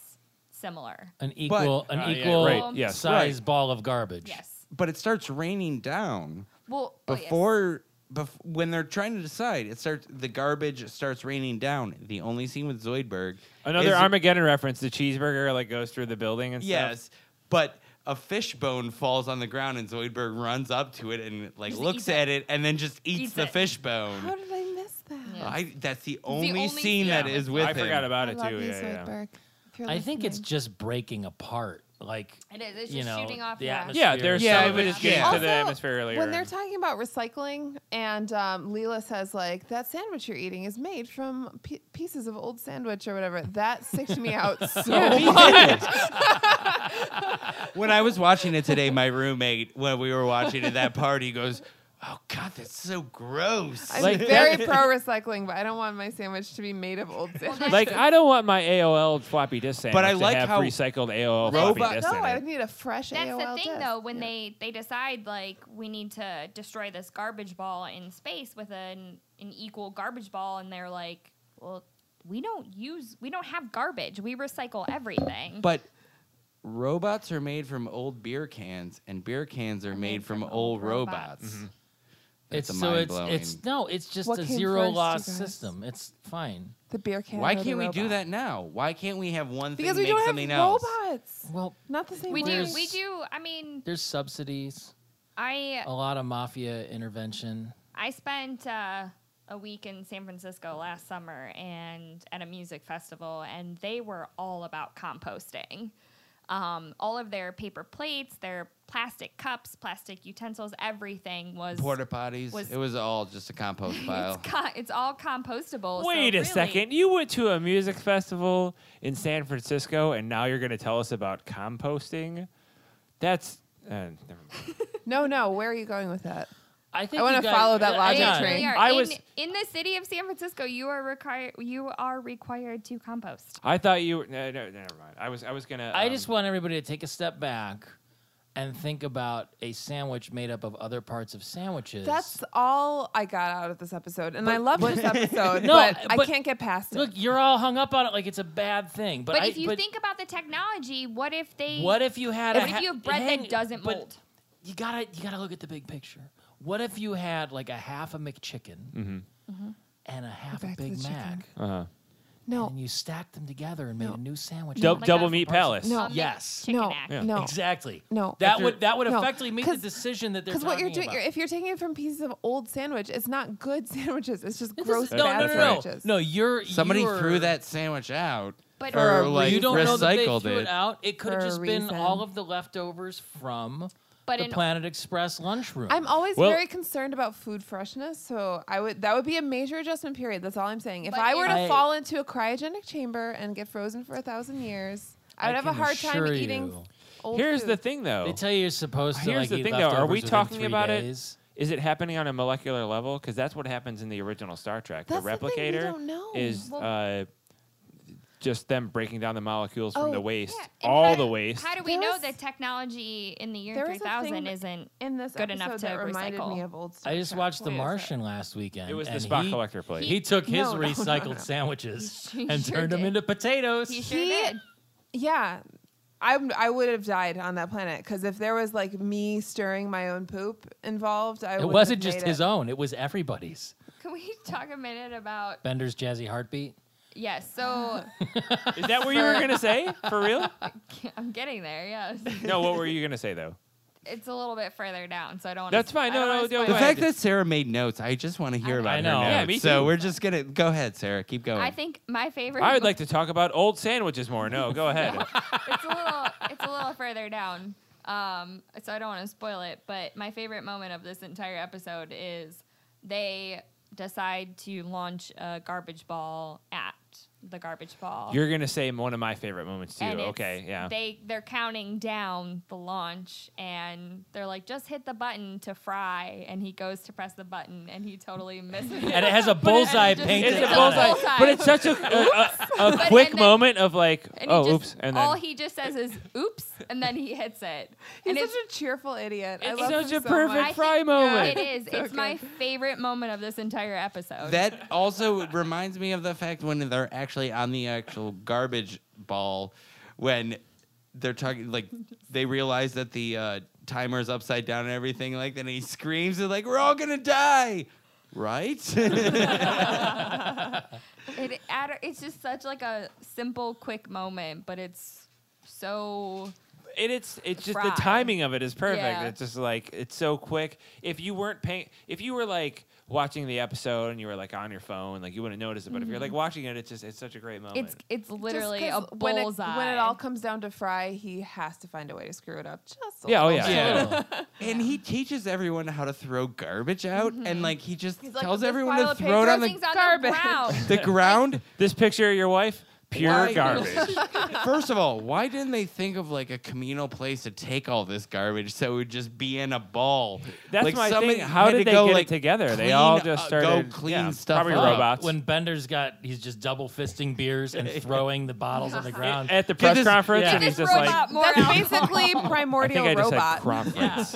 H: similar.
F: An equal, an
E: Uh, yeah,
F: equal
E: right, yes.
F: size
B: Right.
F: ball of garbage.
H: Yes.
B: But it starts raining down
H: Well, oh, yes.
B: before. Bef- when they're trying to decide, it starts. The garbage starts raining down. The only scene with Zoidberg.
E: Another
B: is-
E: Armageddon reference. The cheeseburger like goes through the building and
B: Yes,
E: stuff.
B: but a fishbone falls on the ground and Zoidberg runs up to it and like
H: Just
B: looks
H: eats it.
B: at it and then just eats,
H: Eats
B: the
H: it.
G: How
B: fishbone.
G: did I miss that?
H: Yeah.
B: I, that's the only,
H: only
B: scene
H: scene.
B: that
H: Yeah.
B: is with
E: I
B: him. <laughs>
E: forgot about
G: I
E: it
G: love
E: too.
G: you,
E: yeah, yeah.
G: Zoidberg. If you're
F: I think it's
G: listening.
F: just breaking apart. Like
H: It is. It's
F: you
H: just
F: know,
H: shooting off
F: the
H: your-
F: atmosphere.
E: Yeah, there's
B: Yeah,
E: some of
B: but-
E: it is getting
B: yeah.
E: to the
G: Also,
E: atmosphere earlier.
G: When they're talking about recycling, and um, Leela says like that sandwich you're eating is made from p- pieces of old sandwich or whatever, that sicked me
H: <laughs>
G: out so much.
B: <laughs> When I was watching it today, my roommate, when we were watching it at that party, goes, "Oh God, that's so gross."
G: I'm
E: Like
H: <laughs>
G: very pro recycling, but I don't want my sandwich to be made of old
E: <laughs>
G: sandwich.
E: like I don't want my AOL floppy disk sandwich
B: But I like
E: to have
B: how
E: recycled AOL
B: robot-
E: floppy
G: no,
E: disk. in
G: I
E: it.
G: would need a fresh
H: That's
G: AOL
H: the thing,
G: disk.
H: though, when they they decide like we need to destroy this garbage ball in space with an an equal garbage ball, and they're like, well, we don't use we don't have garbage. We recycle everything.
B: but robots are made from old beer cans, and beer cans are made, from, old robots. That's
F: it's
B: a
F: so it's
B: mind-blowing-
F: it's no, it's just
G: What
F: a
G: came
F: zero
G: first,
F: loss
G: you guys?
F: system. It's fine.
G: The beer can.
B: Why
G: or the
B: can't we do
G: robot?
B: that now? Why can't we have one thing
G: Because we
B: make
G: don't have
B: something else?
G: robots.
F: Well,
G: Not the same.
H: We do.
G: word.
H: We do. I mean,
F: there's subsidies,
H: I
F: a lot of mafia intervention.
H: I spent uh, a week in San Francisco last summer and at a music festival, and they were all about composting. Um, all of their paper plates, their plastic cups, plastic utensils, everything was
B: Porta potties.
H: Was-
B: it was all just a compost pile.
H: It's, co- it's all compostable. so
E: Wait a
H: really-
E: second. You went to a music festival in San Francisco, and now you're going to tell us about composting? That's. Uh, never mind.
G: No, no. Where are you going with that?
F: I think
G: I wanna
F: you guys-
G: follow that
F: uh,
G: logic
F: hang on.
G: train.
H: We are
E: I
H: in,
E: was-
H: in the city of San Francisco. You are required. You are required to compost.
E: I thought you were. No, no, never mind. I was, um, I was going to.
B: Um,
F: I just want everybody to take a step back and think about a sandwich made up of other parts of sandwiches.
G: That's all I got out of this episode, and I
F: <laughs>
G: love this episode,
F: No,
G: but, I
F: but-
G: can't get past it.
F: look, you're all hung up on it like it's a bad thing. But,
H: But
F: I,
H: if you think about the technology, what if they?
F: what if you had
H: What
F: a
H: if you have bread that doesn't
F: but
H: mold?
F: You gotta you gotta look at the big picture. What if you had like a half a McChicken
B: Mm-hmm.
H: Mm-hmm.
F: and a half a
G: Back to the
F: Big
G: chicken.
F: Mac,
E: Uh-huh.
G: no,
F: and you stacked them together and made
G: No.
F: a new sandwich?
E: Dou-
H: my
E: double
H: God.
E: meat palace.
G: No.
H: Um,
F: Yes.
H: chicken
G: no,
H: act.
G: no,
F: Exactly.
G: No.
F: That
G: If
F: would that would
G: no,
F: effectively make the
G: 'cause-
F: decision that they're
G: Because
F: talking
G: what you're doing,
F: about.
G: you're, if you're taking it from pieces of old sandwich, it's not good <laughs> sandwiches. It's just
F: This
G: gross
F: is- no,
G: bad
F: no, no, no, no.
G: sandwiches.
F: No, you're
B: Somebody
F: you're-
B: threw that sandwich out.
H: But-
B: or
G: For a
B: like
F: you don't know that they
B: recycled
F: threw it.
B: it.
F: out. It could have
G: For a
F: just been
G: reason.
F: all of the leftovers from
H: But
F: the
H: in-
F: Planet Express lunchroom.
G: I'm always
E: Well-
G: very concerned about food freshness, so I would that would be a major adjustment period. That's all I'm saying. If
H: But
G: I were to
F: I-
G: fall into a cryogenic chamber and get frozen for a thousand years, I would
F: I
G: have a
F: can
G: hard time
F: assure
G: eating.
F: you.
G: Old
E: Here's the
G: food.
E: thing, though.
F: They tell you you're supposed to.
E: Here's
F: like,
E: the
F: eat
E: thing, though. Are
F: leftovers
E: we
F: within
E: talking
F: three
E: about it?
F: days.
E: Is it happening on a molecular level? Because that's what happens in the original Star Trek.
G: That's
E: the
G: the thing, we
E: replicator
G: don't know.
E: is
H: Well-
E: uh, just them breaking down the molecules from
G: Oh,
E: the waste,
H: Yeah, and
E: all
H: how
E: the
H: do-
E: waste.
H: How do we
G: There
H: know
G: was-
H: that technology in the year
G: there was a
H: 3000
G: thing that-
H: isn't?
G: in this
H: good
G: episode
H: enough to
G: that reminded
H: recycle.
G: me of old. uh, Star
F: I just
G: Trek.
F: watched The
G: Why is that?
F: Martian last weekend.
E: It was the
F: and
E: Spock
F: he,
E: collector plate.
F: He took his
G: No, no, no, no,
F: recycled
G: no. <laughs>
F: sandwiches
H: He
F: and
H: sure
F: turned them
H: did.
F: into potatoes.
H: He sure
G: He-
H: did.
G: Yeah. I'm, I would have died on that planet because if there was like me stirring my own poop involved, I
F: it
G: would
F: wasn't
G: have
F: just
G: made
F: his
G: it.
F: own. It was everybody's.
H: Can we talk a minute about?
F: Bender's jazzy
G: <laughs>
F: heartbeat.
H: Yes. So <laughs>
E: Is that what you were gonna say? For real?
H: I'm getting there. Yes.
E: No. What were you gonna say though?
H: It's a little bit further down, so I don't. Wanna,
E: That's fine.
H: I don't
E: No,
H: wanna
E: no, no,
H: spoil
E: go
B: The
H: it.
E: ahead.
B: fact that Sarah made notes, I just want to hear
H: I
B: about
F: know.
B: her notes.
F: Yeah,
E: me
B: So
E: too.
B: we're just gonna go ahead, Sarah. Keep going.
H: I think my favorite.
E: I would like to talk about old sandwiches more. No, go
H: <laughs>
E: ahead. <laughs>
H: it's a little it's a little further down. Um, so I don't want to spoil it, but my favorite moment of this entire episode is they decide to launch a garbage ball at the garbage ball.
E: You're gonna say one of my favorite moments too.
H: And it's-
E: okay, yeah.
H: They they're counting down the launch and they're like, just hit the button to fry and he goes to press the button and he totally misses it.
F: And it has a bullseye painted
E: it's a
F: on it.
E: bullseye, <laughs>
H: bullseye.
E: but it's such a, a, a, a
H: But-
E: quick
H: and then-
E: moment of like,
H: And he
E: oh,
H: just-
E: oops, and then
H: all he just says is oops and then he
E: <laughs>
H: hits it.
G: He's
H: and it's
G: such a cheerful idiot. I
H: it's
G: love
E: such
G: him
E: a
G: so
E: perfect
G: much.
H: I
E: fry
H: think-
E: moment.
H: It
E: <laughs>
H: is.
G: So
H: it's my
G: good.
H: favorite moment of this entire episode.
B: That also reminds me of the fact when they're actually on the actual garbage ball, when they're talking like they realize that the uh, timer's upside down and everything like that. And he screams and like, "We're all gonna die." Right? <laughs>
H: it, add- it's just such like a simple, quick moment, but it's
E: Oh,
H: so.
E: And it's it's just
H: Fry.
E: the timing of it is perfect.
H: Yeah.
E: It's just like it's so quick. If you weren't paying, if you were like watching the episode and you were like on your phone, like you wouldn't notice it. But if you're like watching it, it's just it's such a great moment.
H: Mm-hmm. It's it's
G: Just
H: literally a
G: 'cause when it,
H: bullseye.
G: when it all comes down to fry, he has to find a way to screw it up. Just a
E: yeah, oh
G: little.
E: yeah.
F: Yeah.
B: and he teaches everyone how to throw garbage out, and like he just
G: Mm-hmm. like,
B: tells
G: "This
B: everyone
G: pile
B: to
G: of
B: throw it
G: paper
B: on
H: things
B: the,
H: on
G: garbage.
H: the
G: <laughs>
H: ground.
B: the ground.
E: This picture of your wife, pure
B: Why-
E: garbage.
G: <laughs>
B: First of all, why didn't they think of like a communal place to take all this garbage so it would just be in a ball?
E: That's
B: like,
E: my
B: somebody
E: thing. How
B: had
E: did
B: to
E: they
B: go,
E: get
B: like,
E: it together? They
B: clean,
E: all just
B: uh,
E: started
B: go clean
E: yeah,
B: stuff
E: Probably
B: up.
E: robots.
F: When Bender's got, he's just double fisting
E: <laughs>
F: beers and throwing the bottles on the ground.
E: at the press
B: this-
E: conference, <laughs>
F: Yeah.
E: and he's
H: this
E: just like,
H: robot more
G: That's
H: alcohol.
G: basically
E: I think
G: primordial
E: I just said
G: robot.
E: conference.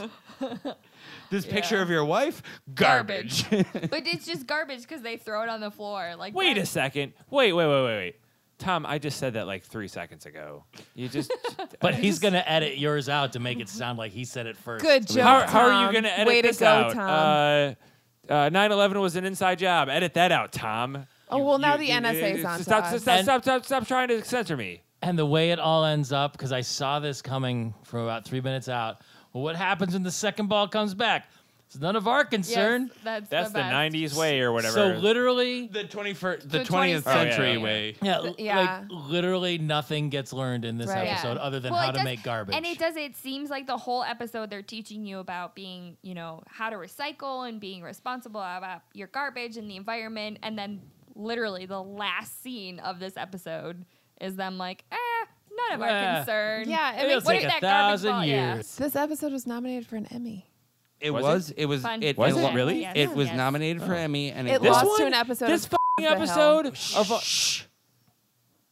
B: This picture of your wife, garbage. <laughs>
H: Garbage. but it's just garbage because they throw it on the floor. Like
E: Wait
H: that-
E: a second. Wait, wait, wait, wait, wait. Tom, I just said that like three seconds ago. You
G: <laughs>
E: just.
F: But he's going to edit yours out to make it sound like he said it first.
G: Good
E: how,
G: job.
E: how are you
G: Tom.
E: going to edit
G: way
E: this
G: to go,
E: out?
G: Tom.
E: Uh, Uh, 9/11 was an inside job. Edit that out, Tom.
G: Oh, well, now the NSA 's
E: uh,
G: onto
E: stop,
G: us.
E: Stop,
F: And-
E: stop, stop, stop trying to censor me.
F: And the way it all ends up, because I saw this coming from about three minutes out. Well, what happens when the second ball comes back? It's none of our concern.
H: Yes, that's
E: That's the,
H: the, best.
E: 90s way or whatever.
F: So literally,
B: The 21st, the,
G: The
B: 20th
G: 20th
B: century
E: century.
B: way.
F: Oh, yeah, l-
G: yeah.
F: like literally nothing gets learned in this
G: Right. Yeah.
F: episode other than
H: Well,
F: how
H: it
F: to
H: does-
F: make garbage.
H: And it does. It seems like the whole episode they're teaching you about being, you know, how to recycle and being responsible about your garbage and the environment. And then literally the last scene of this episode is them like, eh, none of
F: Yeah.
H: our concern.
G: Yeah, it
F: It'll
G: makes
H: What
F: take
H: did
F: a
H: that garbage
F: thousand
H: ball- yeah.
F: years.
G: This episode was nominated for an Emmy.
B: It
E: Was
B: was. It, was.
H: Fun
B: It,
E: Was
B: it,
E: it Oh.
H: fact,
E: really?
H: yes,
B: it was
H: yes.
B: nominated for Emmy, and it,
G: It
E: This
G: lost
E: one?
G: to an episode
E: This
G: of
E: f***ing
G: Up the
E: episode of. a-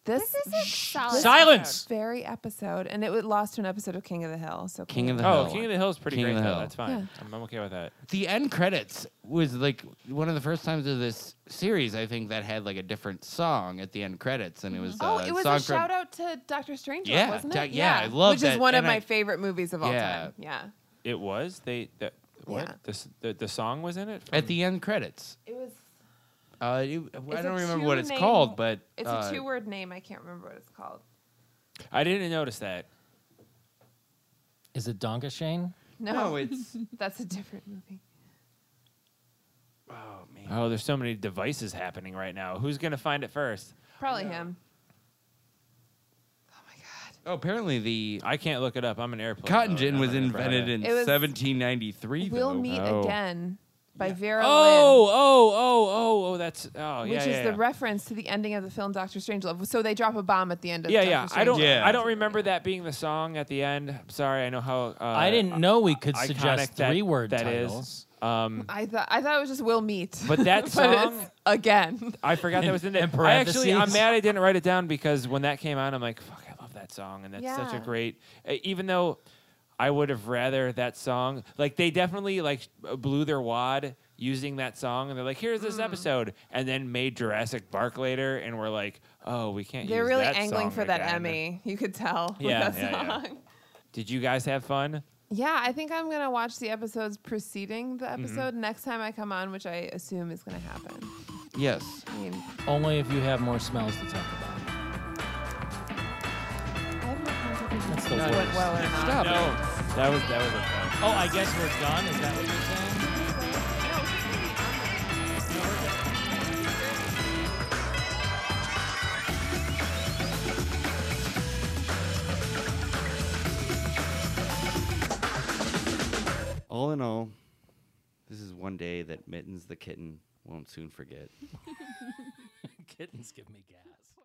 G: This,
H: This is a solid
F: Silence!
G: very episode, and it lost to an episode of King of the Hill. So
B: King of the
E: Oh,
B: Hill.
E: King of the Hill is pretty
B: King of
E: great
B: the
E: though.
B: Hill.
E: That's fine.
G: Yeah.
E: I'm, I'm okay with that.
B: the end credits was like one of the first times of this series, I think, that had like a different song at the end credits, and it was
G: Oh,
B: uh,
G: it was
B: song
G: a
B: from-
G: shout out to Doctor Strange,
B: Yeah,
G: wasn't it?
B: doc- yeah, I love
G: Which is
B: that,
G: one of
B: and
G: my
B: I-
G: favorite movies of all
B: Yeah.
G: time. Yeah,
E: It was they. The, what
G: Yeah.
E: the, s- the the song was in it
B: at the end credits.
G: it was.
B: Uh, it- I
G: a
B: don't remember what
G: two
B: it's
G: name-
B: called, but
G: It's
B: uh, <laughs>
G: a two-word name. I can't remember what it's called.
E: I didn't notice that.
F: Is it Donka Shane?
G: No,
B: No, it's
G: that's a different movie.
E: Oh, there's so many devices happening right now. Who's gonna find it first?
G: Probably him. Oh my god.
B: oh, apparently
G: <laughs>
B: the
E: I can't look it up. I'm an airplane.
G: Oh,
B: cotton
E: mode.
B: gin
E: I'm
B: was
E: not gonna
B: invented
E: try
B: in
G: It was-
B: 1793.
G: We'll
B: though.
G: meet
E: Oh.
G: again by Vera
E: that.
G: Lynn.
E: Oh, oh, oh, oh, oh. That's oh,
G: Which
E: yeah,
G: is
E: yeah,
G: the
E: yeah.
G: reference to the ending of the film Doctor Strangelove. So they drop a bomb at the end of
E: Yeah,
G: Doctor
E: yeah. I
G: Strangelove.
E: don't.
B: Yeah.
E: I don't remember that being the song at the end. I'm sorry. I know how. Uh,
F: I didn't know we could
E: iconic
F: suggest
E: that-
F: three word
E: that is.
F: titles.
E: Um,
G: I thought I thought it was just we'll meet.
E: But
G: <laughs>
E: that
G: it's
E: song-
G: again.
E: I forgot that was in there.
F: in
E: I actually, I'm
F: parentheses.
E: mad I didn't write it down because when that came out, I'm like, fuck, I love that song, and that's such a
G: Yeah.
E: great. uh, Even though I would have rather that song, like they definitely like uh, blew their wad using that song, and they're like, here's
G: Mm-hmm.
E: this episode, and then made Jurassic Park later, and we're like, oh, we can't.
G: They're
E: use
G: really
E: that
G: angling
E: song
G: for that
E: again."
G: Emmy. You could tell. with
E: Yeah,
G: that
E: yeah, yeah.
G: song.
E: Did you guys have fun?
G: Yeah, I think I'm gonna watch the episodes preceding the
E: Mm-hmm.
G: episode next time I come on, which I assume is gonna happen.
B: Yes.
G: I mean,
F: Only if you have more smells to talk about.
G: I have no concept if
F: That's the
G: this
F: worst.
G: went well or not.
B: Stop
E: No,
B: it.
E: that was that was a fun.
F: Oh, I guess we're done. Is that what you're saying?
B: All in all, this is one day that Mittens the kitten won't soon forget.
F: <laughs> Kittens give me gas.